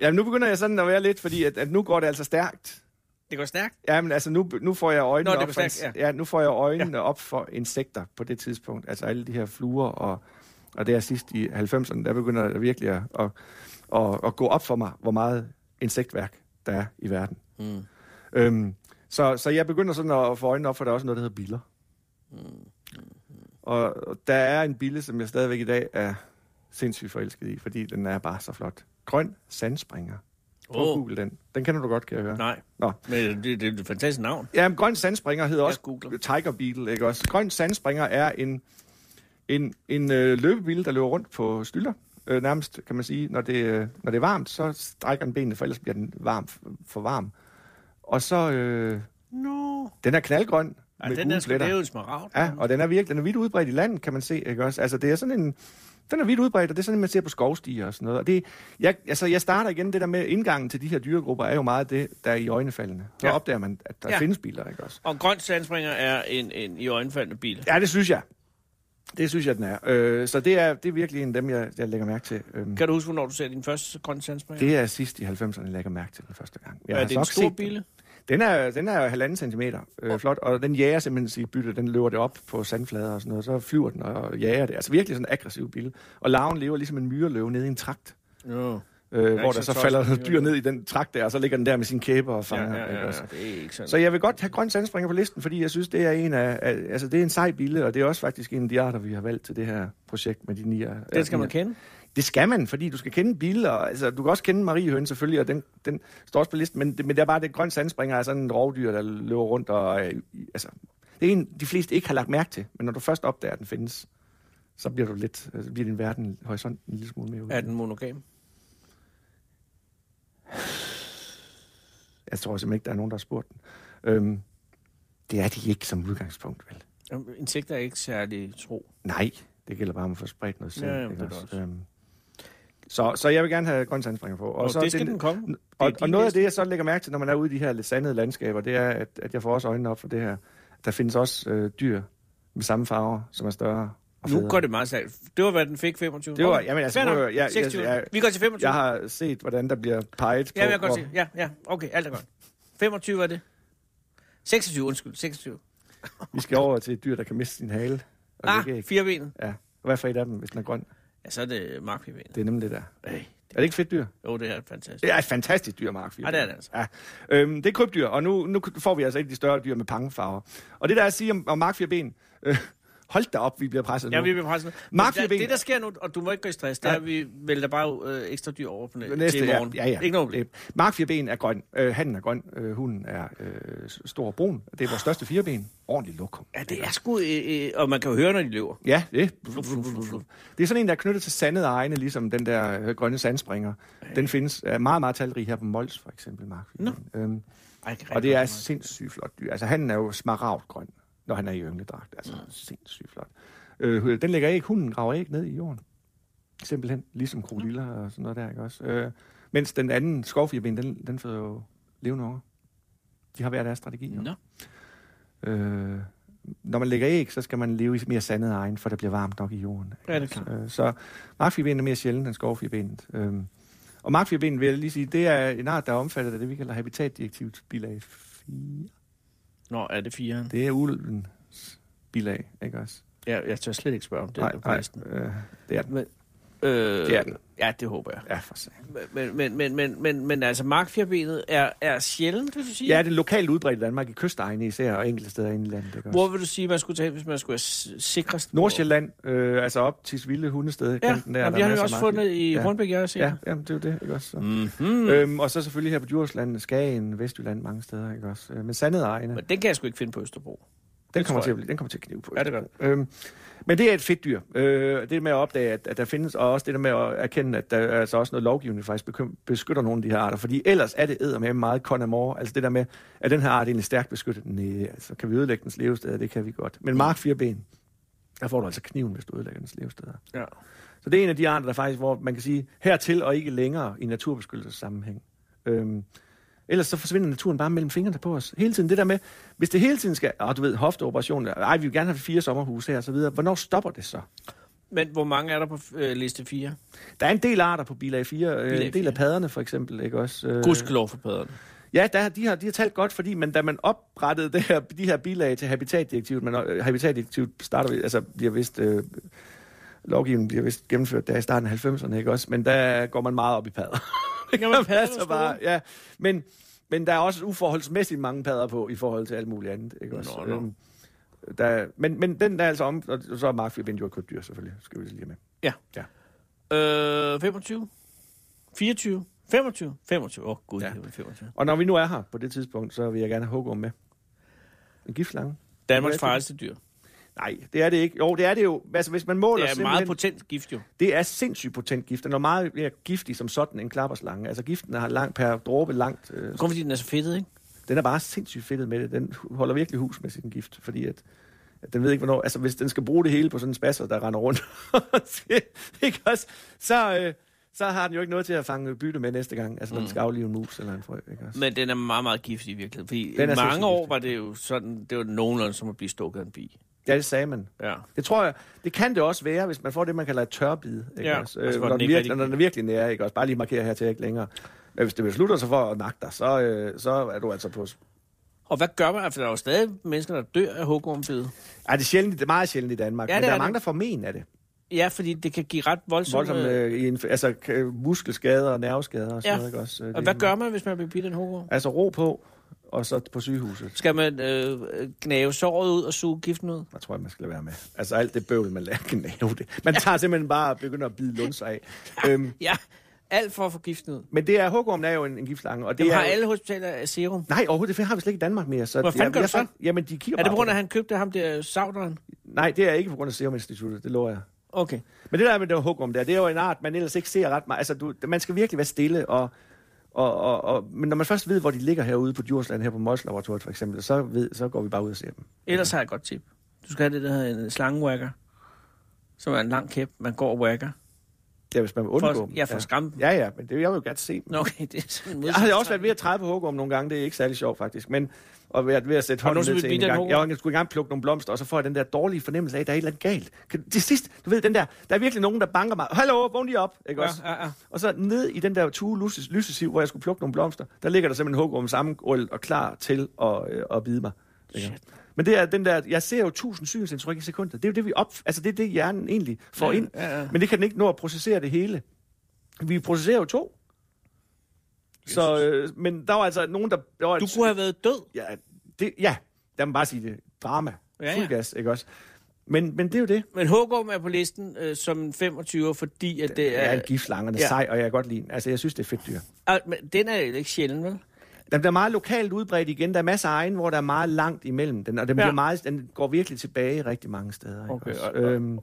Speaker 3: Jamen, nu begynder jeg sådan at være lidt, fordi at, at nu går det altså stærkt.
Speaker 2: Det går stærkt.
Speaker 3: Jamen, altså, nu, nu får jeg øjnene,
Speaker 2: Nå, det
Speaker 3: op,
Speaker 2: var
Speaker 3: for,
Speaker 2: stærkt,
Speaker 3: ja. Ja, nu får jeg øjnene ja. op for insekter på det tidspunkt. Altså alle de her fluer, og, og det er sidst i 90'erne, der begynder det virkelig at, at, at, at gå op for mig, hvor meget insektværk der er i verden. Mm. Øhm, så, så jeg begynder sådan at få øjnene op for, at der er også noget, der hedder biller. Mm. Og og der er en bille, som jeg stadigvæk i dag er sindssygt forelsket i, fordi den er bare så flot. Grøn sandspringer. Prøv oh.
Speaker 2: Åh.
Speaker 3: at google den. Den kender du godt, kan jeg høre.
Speaker 2: Nej.
Speaker 3: Nå.
Speaker 2: Men det, det er et fantastisk navn.
Speaker 3: Ja, men grøn sandspringer hedder også
Speaker 2: googler.
Speaker 3: Tiger Beetle, ikke også? Grøn sandspringer er en, en, en øh, løbebille, der løber rundt på stylder. Øh, nærmest, kan man sige, når det, øh, når det er varmt, så strækker den benene, for ellers bliver den varm, for varm. Og så, øh,
Speaker 2: Nå. No.
Speaker 3: den er knaldgrøn
Speaker 2: Ej,
Speaker 3: med
Speaker 2: den
Speaker 3: gule
Speaker 2: der skulle
Speaker 3: pletter.
Speaker 2: lave en smaragd.
Speaker 3: Ja, og den er virkelig, den er vidt udbredt i landet, kan man se, ikke også? Altså, det er sådan en, den er vidt udbredt, og det er sådan, man ser på skovstiger og sådan noget. Og det, jeg, altså, jeg starter igen det der med, indgangen til de her dyregrupper er jo meget det, der er i øjnefaldene. Så
Speaker 2: Ja.
Speaker 3: ja. opdager man, at der
Speaker 2: Ja.
Speaker 3: ja. findes biler, ikke også?
Speaker 2: Og grøn sandspringer er en, en i øjenfaldende bil.
Speaker 3: Ja, det synes jeg. Det synes jeg, den er. Øh, så det er, det er virkelig en af dem, jeg, jeg lægger mærke til. Øhm,
Speaker 2: Kan du huske, hvornår du ser din første grøn sandspringer?
Speaker 3: det er sidst i 90'erne, jeg lægger mærke til den første gang. Jeg
Speaker 2: er
Speaker 3: har
Speaker 2: det
Speaker 3: så
Speaker 2: en
Speaker 3: ikke
Speaker 2: stor
Speaker 3: set den.
Speaker 2: bil?
Speaker 3: Den er, den er halvanden centimeter øh, flot, og den jager simpelthen sit bytte. Den løber det op på sandflader og sådan noget, så flyver den og jager det. Altså virkelig sådan en aggressiv bil. Og larven lever ligesom en myreløve nede i en trakt.
Speaker 2: Jo.
Speaker 3: øh, hvor
Speaker 2: ikke
Speaker 3: der
Speaker 2: så
Speaker 3: så
Speaker 2: tosset,
Speaker 3: falder
Speaker 2: det er jo
Speaker 3: dyr ned i den trakt der, og så ligger den der med sin kæber og
Speaker 2: Ja,
Speaker 3: fanger.
Speaker 2: ja,
Speaker 3: ikke
Speaker 2: ja, ja.
Speaker 3: også?
Speaker 2: Det er ikke sådan.
Speaker 3: Så jeg vil godt have grøn sandspringer på listen, fordi jeg synes, det er en af, af- altså det er en sej bille, og det er også faktisk en af de arter, vi har valgt til det her projekt med de nier.
Speaker 2: Den skal man
Speaker 3: nier.
Speaker 2: kende.
Speaker 3: Det skal man, fordi du skal kende biller. Altså, du kan også kende Marie Høn selvfølgelig, og den, den står også på listen, men, det, men det er bare det grøn sandspringer er sådan en rovdyr, der løber rundt og... øh, i- Altså, det er en, de fleste ikke har lagt mærke til, men når du først opdager, at den findes, så bliver du lidt, altså, bliver din verden, horisonten en lille smule mere ud.
Speaker 2: Er den monogam?
Speaker 3: Jeg tror simpelthen ikke, der er nogen, der har spurgt den. Øhm, det er de ikke som udgangspunkt, vel?
Speaker 2: Jamen, Insekter er ikke særlig tro.
Speaker 3: Nej, det gælder bare om at få spredt noget selv.
Speaker 2: Ja, jamen,
Speaker 3: ikke
Speaker 2: det er det også.
Speaker 3: Øhm, så, så jeg vil gerne have grøn sandspringer på. Og,
Speaker 2: Og
Speaker 3: så
Speaker 2: det skal
Speaker 3: den-
Speaker 2: den komme. Det er
Speaker 3: Og,
Speaker 2: din
Speaker 3: og noget af
Speaker 2: liste.
Speaker 3: det, jeg så lægger mærke til, når man er ude i de her lidt sandede landskaber, det er, at, at jeg får også øjnene op for det her. Der findes også øh, dyr med samme farver, som er større og
Speaker 2: Nu
Speaker 3: federe.
Speaker 2: går det meget særligt. Det var, hvad den fik, 25.
Speaker 3: Det var-
Speaker 2: Okay.
Speaker 3: jamen, altså,
Speaker 2: Fair
Speaker 3: prøv at
Speaker 2: nok.
Speaker 3: høre, jeg- jeg-
Speaker 2: 26.
Speaker 3: jeg-
Speaker 2: Vi går til 25.
Speaker 3: Jeg har set, hvordan der bliver peget på...
Speaker 2: Ja, jeg kan
Speaker 3: hvor-
Speaker 2: godt se. Ja, ja. Okay, alt er godt. 25 er det. 26, undskyld. 26.
Speaker 3: Vi skal over til et dyr, der kan miste sin hale. Og
Speaker 2: Ah,
Speaker 3: ah, ikke.
Speaker 2: firebenet.
Speaker 3: Ja. Hvad for et af dem, hvis den er grøn?
Speaker 2: Ja, så er det markfirebenet.
Speaker 3: Det er nemlig det der.
Speaker 2: Øj,
Speaker 3: Er det ikke fedt dyr?
Speaker 2: Jo, det er fantastisk.
Speaker 3: Det er et fantastisk dyr, Mark.
Speaker 2: Ja, det er det altså.
Speaker 3: Ja. Øhm, det er krybdyr, og nu, nu får vi altså ikke de større dyr med pangefarver. Og det der er at sige om, om Mark 4 ben, øh, hold da op, vi bliver presset
Speaker 2: Ja,
Speaker 3: nu.
Speaker 2: vi bliver presset.
Speaker 3: Mark
Speaker 2: Men der-
Speaker 3: Firben-
Speaker 2: Det, der sker nu, og du må ikke gå i stress, det er,
Speaker 3: Nej.
Speaker 2: at vi vælter bare øh, ekstra dyr over på næ-
Speaker 3: Næste,
Speaker 2: til i
Speaker 3: ja,
Speaker 2: morgen.
Speaker 3: ja, ja.
Speaker 2: Ikke noget problem.
Speaker 3: Øh, Mark fireben er grøn, øh, hannen er grøn, øh, hunden er øh, s- stor og brun. Det er vores største fireben. Ordentlig lokum.
Speaker 2: Ja, det er sgu... Øh, øh, og man kan jo høre, når de løber.
Speaker 3: Ja, det. Det er sådan en, der er knyttet til sandede egne, ligesom den der øh, grønne sandspringer. Den findes øh, meget, meget talrig her på Mols, for eksempel, Mark fireben.
Speaker 2: Ej, jeg
Speaker 3: Øhm,
Speaker 2: kan
Speaker 3: og
Speaker 2: rigtig
Speaker 3: det er
Speaker 2: godt lide
Speaker 3: sindssygt flot dyr. Altså, han er jo smaragdgrøn, når han er i yngledragt. Altså,
Speaker 2: Mm.
Speaker 3: sindssygt flot. Øh, den lægger ikke, hunden graver ikke ned i jorden. Simpelthen, ligesom krokodiller
Speaker 2: Mm.
Speaker 3: og sådan noget der, ikke også? Øh, mens den anden skovfirben, den, den føder jo levende unger. De har hver deres strategi.
Speaker 2: Mark.
Speaker 3: Jo.
Speaker 2: Nå.
Speaker 3: Øh, når man lægger æg, så skal man leve i mere sandet egen, for der bliver varmt nok i jorden.
Speaker 2: Ja, det er klart.
Speaker 3: Øh, så markfirbenet er mere sjældent end skovfirbenet. Øh, og markfirbenet, vil jeg lige sige, det er en art, der er omfattet af det, vi kalder habitatdirektivets bilag 4.
Speaker 2: Nå, er det firen?
Speaker 3: Det er ulvens bilag, ikke også?
Speaker 2: Ja, jeg tør slet ikke spørge om det.
Speaker 3: nej,
Speaker 2: det er på
Speaker 3: nej,
Speaker 2: listen.
Speaker 3: øh, det er den.
Speaker 2: Men, øh,
Speaker 3: Det er den.
Speaker 2: Ja, det håber jeg.
Speaker 3: Ja, for satan.
Speaker 2: Men, men, men, men, men, men altså, markfjerbenet er, er sjældent, vil du sige?
Speaker 3: ja, det er lokalt udbredt i Danmark, i kystegne især, og enkelte steder inde i landet, ikke også?
Speaker 2: Hvor vil du sige, man skulle tage hen, hvis man skulle være s- sikrest?
Speaker 3: Nordsjælland, øh, altså op til Svilde Hundested,
Speaker 2: Ja,
Speaker 3: kanten der.
Speaker 2: jamen,
Speaker 3: der
Speaker 2: vi
Speaker 3: er
Speaker 2: har jo
Speaker 3: masser af
Speaker 2: også
Speaker 3: markfir-
Speaker 2: fundet i
Speaker 3: Ja.
Speaker 2: Hornbæk, jeg har set.
Speaker 3: Ja, jamen, det er jo det, ikke også? Så.
Speaker 2: Mm-hmm. Øh.
Speaker 3: Øhm, og så selvfølgelig her på Djursland, Skagen, Vestjylland, mange steder, ikke også? Øh, Men sandede egne,
Speaker 2: Men den kan jeg sgu ikke finde på Østerbro.
Speaker 3: den kommer,
Speaker 2: tror
Speaker 3: til
Speaker 2: jeg.
Speaker 3: at, blive- den kommer til at knive på.
Speaker 2: Ja, det gør den.
Speaker 3: øhm, men det er et fedt dyr. Øh, det med at opdage, at, at der findes, og også det der med at erkende, at der er altså også noget lovgivning, der faktisk bekym- beskytter nogle af de her arter. Fordi ellers er det med meget konamore. Altså det der med, at den her art egentlig stærkt beskyttet. Nej, altså kan vi ødelægge dens levesteder? Det kan vi godt.
Speaker 2: Mm.
Speaker 3: Men mark fire ben, der får du altså kniven, hvis du ødelægger dens levesteder.
Speaker 2: Ja.
Speaker 3: Så det er en af de arter, der faktisk, hvor man kan sige, hertil og ikke længere i naturbeskyttelsessammenhæng. Øhm, ellers så forsvinder naturen bare mellem fingrene på os. Hele tiden det der med, hvis det hele tiden skal, åh, du ved, hofteoperationer, ej, vi vil gerne have fire sommerhuse her og så videre. Hvornår stopper det så?
Speaker 2: Men hvor mange er der på øh, liste 4?
Speaker 3: Der er en del arter på bilag 4, øh,
Speaker 2: Bilag
Speaker 3: en del
Speaker 2: fire.
Speaker 3: af padderne for eksempel, ikke også? Øh,
Speaker 2: Gudskelov for padden.
Speaker 3: Ja, der, de, har, de har talt godt, fordi men da man oprettede det her, de her bilag til Habitatdirektivet, men øh, Habitatdirektivet starter, ved- altså bliver vist, øh, lovgivningen bliver vist gennemført der i starten af 90'erne, ikke også? Men der går man meget op i padder. det
Speaker 2: Jamen, padder er
Speaker 3: passer
Speaker 2: store.
Speaker 3: bare, ja. Men, men der er også uforholdsmæssigt mange padder på i forhold til alt muligt andet, ikke også?
Speaker 2: Nå, nå.
Speaker 3: Øhm, der, men, men den der er altså om, og så er Mark Fibin jo et dyr selvfølgelig, skal vi lige have med.
Speaker 2: Ja.
Speaker 3: Ja.
Speaker 2: Øh, 25? 24? 25? 25? Åh, oh, gud,
Speaker 3: Ja.
Speaker 2: ja. 25.
Speaker 3: Og når vi nu er her på det tidspunkt, så vil jeg gerne have hugorm med. En giftslange.
Speaker 2: Danmarks
Speaker 3: Hvad er det?
Speaker 2: farligste dyr.
Speaker 3: Nej, det er det ikke. Jo, det er det jo. Altså, hvis man måler
Speaker 2: Det er
Speaker 3: simpelthen-
Speaker 2: meget potent gift, jo.
Speaker 3: det er sindssygt potent gift. Den er meget mere giftig som sådan end klapperslangen. Altså, giften har lang per dråbe langt. Øh,
Speaker 2: Kun fordi den er så fedtet, ikke?
Speaker 3: den er bare sindssygt fedtet med det. Den holder virkelig hus med sin gift, fordi at, at den ved ikke, hvornår... Altså, hvis den skal bruge det hele på sådan en spasser, der render rundt, ikke også? Så, øh, så har den jo ikke noget til at fange bytte med næste gang, altså når
Speaker 2: Mm.
Speaker 3: den skal aflive en mus eller en frø, ikke også?
Speaker 2: Men den er meget, meget giftig i virkeligheden. Fordi den
Speaker 3: Den er
Speaker 2: i mange
Speaker 3: sindssygt
Speaker 2: år
Speaker 3: giftig.
Speaker 2: var det jo sådan, det var nogenlunde som at blive stukket af en bi.
Speaker 3: Ja, det sagde man.
Speaker 2: Ja.
Speaker 3: Det tror jeg, det kan det også være, hvis man får det, man kalder et tørbid. Ikke
Speaker 2: Ja, altså,
Speaker 3: også? Øh,
Speaker 2: hvor
Speaker 3: når,
Speaker 2: den
Speaker 3: den
Speaker 2: ikke
Speaker 3: virkelig,
Speaker 2: rigtig-
Speaker 3: når den er virkelig nære, ikke også? Bare lige markere her til jeg ikke længere. Men hvis det beslutter sig for at nakke dig, så, øh, så er du altså på...
Speaker 2: Og hvad gør man? For der er jo stadig mennesker, der dør af hugormbid.
Speaker 3: Ej, det er, sjældent, det er meget sjældent i Danmark,
Speaker 2: Ja,
Speaker 3: ja, men
Speaker 2: det
Speaker 3: der
Speaker 2: er
Speaker 3: er mange,
Speaker 2: det.
Speaker 3: der får men af det.
Speaker 2: Ja, fordi det kan give ret voldsomme...
Speaker 3: Voldsomt, øh, i en, altså k- muskelskader og nerveskader og sådan
Speaker 2: Ja.
Speaker 3: ja. noget, ikke også? Øh, det
Speaker 2: og
Speaker 3: er
Speaker 2: hvad
Speaker 3: en-
Speaker 2: gør man, hvis man bliver bidt af en hovedgård?
Speaker 3: Altså ro på, og så på sygehuset.
Speaker 2: Skal man øh, gnave såret ud og suge giften ud?
Speaker 3: Jeg tror, jeg, man skal lade være med. Altså alt det bøvl, man lader knæve det. Man tager simpelthen bare og begynder at bide lunser af. Øhm,
Speaker 2: Ja, alt for at få giften ud.
Speaker 3: men det er, huggormen er jo en, en giftslange. Og det
Speaker 2: Det
Speaker 3: er
Speaker 2: har
Speaker 3: jo-
Speaker 2: alle hospitaler af serum.
Speaker 3: Nej, overhovedet, det har vi slet ikke i Danmark mere. Så
Speaker 2: Hvor fanden
Speaker 3: jeg-
Speaker 2: gør
Speaker 3: jeg
Speaker 2: du så?
Speaker 3: fandt- Jamen, de kigger
Speaker 2: Er det
Speaker 3: bare
Speaker 2: på grund af,
Speaker 3: det.
Speaker 2: at han købte ham der savneren?
Speaker 3: Nej, det er ikke på grund af Serum Instituttet, det lover jeg.
Speaker 2: Okay.
Speaker 3: Men det der med det hugorm der, det er jo en art, man ellers ikke ser ret meget. Altså, du, man skal virkelig være stille, og, og, og, og, men når man først ved, hvor de ligger herude på Djursland, her på Mols Laboratoriet for eksempel, så, ved, så går vi bare ud og ser dem.
Speaker 2: Ellers har jeg et godt tip. Du skal have det, der hedder en slangewagger, som er en lang kæp, man går og wagger.
Speaker 3: Ja, hvis man vil undgå
Speaker 2: For,
Speaker 3: dem.
Speaker 2: ja, for at skræmme dem.
Speaker 3: ja, ja, men det, jeg vil jo gerne se dem.
Speaker 2: Nå, Okay, det er sådan en
Speaker 3: Jeg har også været ved at træde på hugorm nogle gange, det er ikke særlig sjovt faktisk, men og ved at, ved at sætte
Speaker 2: Har du
Speaker 3: hånden
Speaker 2: nogensinde
Speaker 3: ned
Speaker 2: blevet bidt
Speaker 3: til en
Speaker 2: af en
Speaker 3: gang. Jeg,
Speaker 2: hugorm?
Speaker 3: jeg skulle engang plukke nogle blomster, og så får jeg den der dårlige fornemmelse af, at der er et eller andet galt. Kan, til sidst, du ved den der, der er virkelig nogen, der banker mig. Hallo, vågn lige op, ikke også?
Speaker 2: Ja, ja, ja.
Speaker 3: Og så ned i den der tue lyses- lysesiv, hvor jeg skulle plukke nogle blomster, der ligger der simpelthen hugorm sammenrullet og klar til at, øh, at bide mig. ikke? Men det er den der, jeg ser jo tusind synsindtryk i sekundet. Det er jo det, vi op, altså det er det, hjernen egentlig får
Speaker 2: Ja,
Speaker 3: ind.
Speaker 2: ja, ja.
Speaker 3: Men det kan den ikke nå at processere det hele. Vi processerer jo to. Så, øh, men der var altså nogen, der... Der var
Speaker 2: Du
Speaker 3: et-
Speaker 2: kunne have været død.
Speaker 3: Ja, det, ja, lad mig bare sige det. Drama.
Speaker 2: Ja,
Speaker 3: Ja,
Speaker 2: ja.
Speaker 3: Fuld gas, ikke også? Men, men det er jo det.
Speaker 2: Men Hågum er på listen øh, som en 25'er, fordi at det
Speaker 3: Jeg er en
Speaker 2: er...
Speaker 3: giftslange, den er
Speaker 2: ja.
Speaker 3: sej, og jeg kan godt lide den. Altså, jeg synes, det er fedt dyr.
Speaker 2: Ah, men den er jo ikke sjældent, vel?
Speaker 3: Den bliver meget lokalt udbredt igen. Der er masser af egen, hvor der er meget langt imellem den, og den,
Speaker 2: Ja.
Speaker 3: ja. bliver meget, den går virkelig tilbage rigtig mange steder. ikke
Speaker 2: Okay,
Speaker 3: også?
Speaker 2: og- og-
Speaker 3: øhm,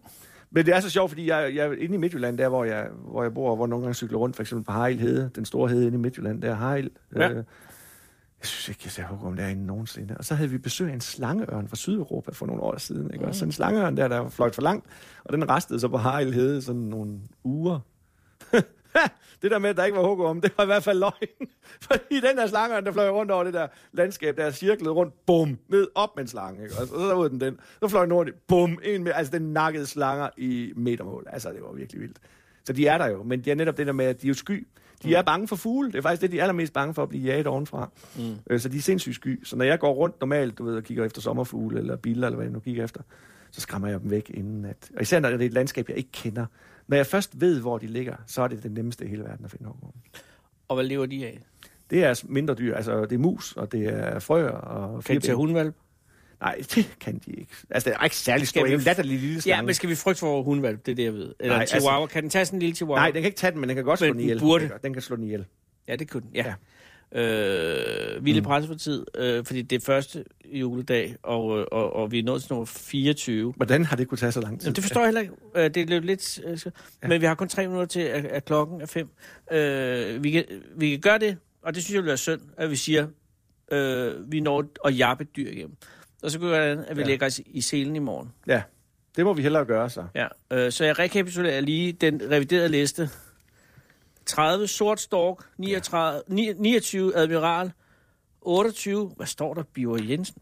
Speaker 3: men det er så sjovt, fordi jeg, jeg inde i Midtjylland, der hvor jeg, hvor jeg bor, og hvor jeg nogle gange cykler rundt, for eksempel på Hejl Hede, den store hede inde i Midtjylland, der er Hejl.
Speaker 2: Ja.
Speaker 3: Øh, jeg synes ikke, jeg ser hukum derinde nogensinde. Og så havde vi besøg af en slangeørn fra Sydeuropa for nogle år siden. Ikke?
Speaker 2: Mm.
Speaker 3: Også en slangeørn der, der fløjt for langt, og den restede så på Hejl Hede sådan nogle uger. det der med, at der ikke var hugger om, det var i hvert fald løgn. Fordi den der slange, der fløj rundt over det der landskab, der cirklede rundt, bum, ned op med en slange. Ikke? Og så, så ud den den. Så fløj den hurtigt, bum, en med, altså den nakkede slanger i metermål. Altså, det var virkelig vildt. Så de er der jo, men det er netop det der med, at de er jo sky. De er bange for fugle. Det er faktisk det, de er allermest bange for at blive jaget ovenfra. Mm. Så de er sindssygt sky. Så når jeg går rundt normalt, du ved, og kigger efter sommerfugle eller biler, eller hvad jeg nu kigger efter, så skræmmer jeg dem væk inden at... Og især når det er et landskab, jeg ikke kender. Når jeg først ved, hvor de ligger, så er det det nemmeste i hele verden at finde hugorm.
Speaker 2: Og hvad lever de af?
Speaker 3: Det er altså mindre dyr, altså det er mus, og det er frøer og
Speaker 2: Kan de tage
Speaker 3: firben.
Speaker 2: hundvalp?
Speaker 3: Nej, det kan de ikke. Altså, det er ikke særlig stor,
Speaker 2: Skal vi-
Speaker 3: en latterlig lille
Speaker 2: Ja,
Speaker 3: slange.
Speaker 2: men skal vi frygte for hundvalp? Det er det, jeg ved. Eller
Speaker 3: Nej,
Speaker 2: Nej,
Speaker 3: altså-
Speaker 2: chihuahua. Altså... Kan den tage sådan en lille chihuahua?
Speaker 3: Nej, den kan ikke tage den, men den kan godt slå
Speaker 2: Men
Speaker 3: den
Speaker 2: den
Speaker 3: ihjel.
Speaker 2: burde.
Speaker 3: Den kan slå den ihjel.
Speaker 2: Ja, det kunne den, ja. ja. Øh, vilde mm. pressepartiet, øh, fordi det er første juledag, og, øh, og, og vi er nået til nummer 24.
Speaker 3: Hvordan har det kunne tage så lang tid?
Speaker 2: Jamen, det forstår jeg heller ikke. Øh, det løb lidt... Øh, så- Men vi har kun tre minutter til, at, at klokken er fem. Øh, vi, kan, vi kan gøre det, og det synes jeg vil være synd, at vi siger, øh, vi når at jappe et dyr igennem. Og så kan vi gøre det, at vi ja.
Speaker 3: Ja.
Speaker 2: lægger os i selen i morgen.
Speaker 3: Ja, det må vi hellere gøre så.
Speaker 2: Ja. Øh, så jeg rekapitulerer lige den reviderede liste. 30 sort stork, 39, ni- 29 admiral, 28, hvad står der, Biver Jensen?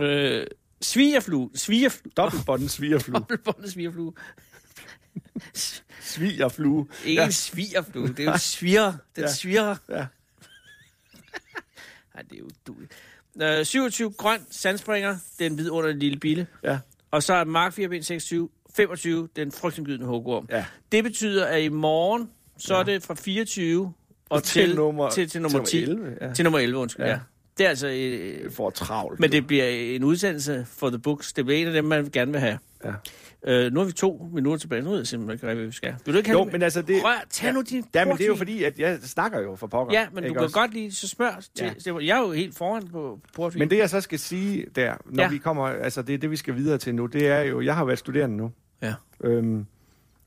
Speaker 2: Øh, svigerflue, svigerflue,
Speaker 3: Dobbeltbånden svigerflue.
Speaker 2: dobbeltbåndet svigerflue,
Speaker 3: Svigerflue.
Speaker 2: Ikke ja. svigerflue, det er jo sviger. Den ja.
Speaker 3: Ja.
Speaker 2: sviger.
Speaker 3: Ja.
Speaker 2: Ej, det er jo duligt. Øh, 27 grøn sandspringer, den vidunderlige lille bille.
Speaker 3: Ja.
Speaker 2: Og så er Mark 4 26, 25, den frygtindgydende hugorm.
Speaker 3: Ja.
Speaker 2: Det betyder, at i morgen, så er det fra 24 og til, til, nummer, til, til nummer 10.
Speaker 3: 11, ja.
Speaker 2: Til nummer 11, undskyld. Ja.
Speaker 3: Ja.
Speaker 2: ja. Det er altså... Øh,
Speaker 3: Det får travlt.
Speaker 2: men det bliver en udsendelse for The Books. Det bliver en af dem, man gerne vil have.
Speaker 3: Ja.
Speaker 2: Øh, nu har vi to minutter tilbage. Nu ved jeg simpelthen ikke, hvad vi skal. Vil du ikke have
Speaker 3: Jo,
Speaker 2: det-
Speaker 3: men altså det...
Speaker 2: Rør, tag nu din
Speaker 3: Ja, men det er jo
Speaker 2: portvin.
Speaker 3: fordi, at jeg snakker jo for pokker.
Speaker 2: Ja, men du
Speaker 3: ikke
Speaker 2: kan
Speaker 3: også?
Speaker 2: godt lige så spørg til...
Speaker 3: Ja.
Speaker 2: Ja. Jeg er jo helt foran på portvin.
Speaker 3: Men det, jeg så skal sige der,
Speaker 2: Ja.
Speaker 3: når ja. vi kommer... Altså, det er det, vi skal videre til nu. Det er jo... Jeg har været studerende nu.
Speaker 2: Ja.
Speaker 3: Øhm,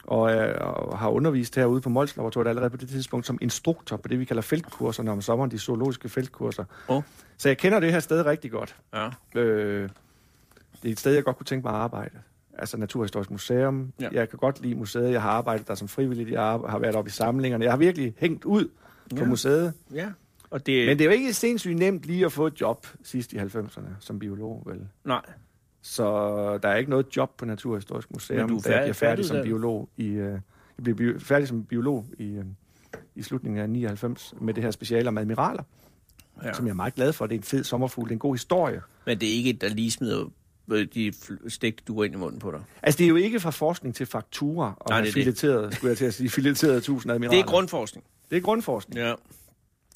Speaker 3: og, øh, og har undervist herude på Mols Laboratoriet allerede på det tidspunkt som instruktor på det, vi kalder feltkurserne om sommeren, de zoologiske feltkurser.
Speaker 2: Åh.
Speaker 3: Så jeg kender det her sted rigtig godt.
Speaker 2: Ja.
Speaker 3: Øh, det er et sted, jeg godt kunne tænke mig at arbejde. Altså Naturhistorisk Museum.
Speaker 2: Ja.
Speaker 3: Ja. Jeg kan godt lide museet. Jeg har arbejdet der som frivillig. Jeg har har været oppe i samlingerne. Jeg har virkelig hængt ud på
Speaker 2: Ja.
Speaker 3: museet.
Speaker 2: ja. Og det...
Speaker 3: Men det er jo ikke sindssygt nemt lige at få et job sidst i 90'erne som biolog, vel?
Speaker 2: Nej.
Speaker 3: Så der er ikke noget job på Naturhistorisk Museum,
Speaker 2: Men du er
Speaker 3: da jeg
Speaker 2: færdig-
Speaker 3: bliver færdig som
Speaker 2: færdiguddannet?
Speaker 3: biolog i... Øh, jeg blev bio, færdig som biolog i, øh, i slutningen af 99 med det her speciale om admiraler,
Speaker 2: Ja.
Speaker 3: ja. som jeg er meget glad for. Det er en fed sommerfugl, det er en god historie.
Speaker 2: Men det er ikke, et, der lige smider øh, de fl- stik duer ind i munden på dig.
Speaker 3: Altså, det er jo ikke fra forskning til faktura og
Speaker 2: Nej, det
Speaker 3: Nej,
Speaker 2: er det.
Speaker 3: fileteret, skulle jeg til at sige, fileteret tusind admiraler.
Speaker 2: Det er grundforskning.
Speaker 3: det er grundforskning.
Speaker 2: Ja.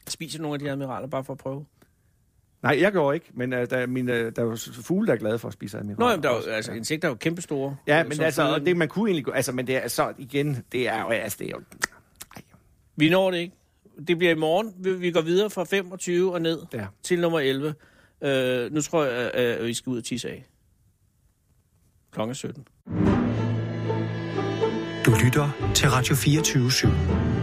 Speaker 2: Spiser nogle af de her admiraler bare for at prøve?
Speaker 3: Nej, jeg gjorde ikke, men uh, der, min, uh, der er jo s- fugle, der er glade for at spise admiraler.
Speaker 2: Nå, jamen, der er jo,
Speaker 3: også.
Speaker 2: altså, insekter er jo kæmpestore.
Speaker 3: Ja,
Speaker 2: øh,
Speaker 3: men
Speaker 2: som
Speaker 3: altså,
Speaker 2: føde.
Speaker 3: og det man kunne egentlig... gå- Altså, men det er så igen, det er jo... Altså, det er jo
Speaker 2: Vi når det ikke. Det bliver i morgen. Vi, vi går videre fra 25 og ned
Speaker 3: ja.
Speaker 2: til nummer 11. Øh, nu tror jeg, at øh, vi skal ud og tisse af. Klokken er 17.
Speaker 1: Du lytter til Radio 24 /7.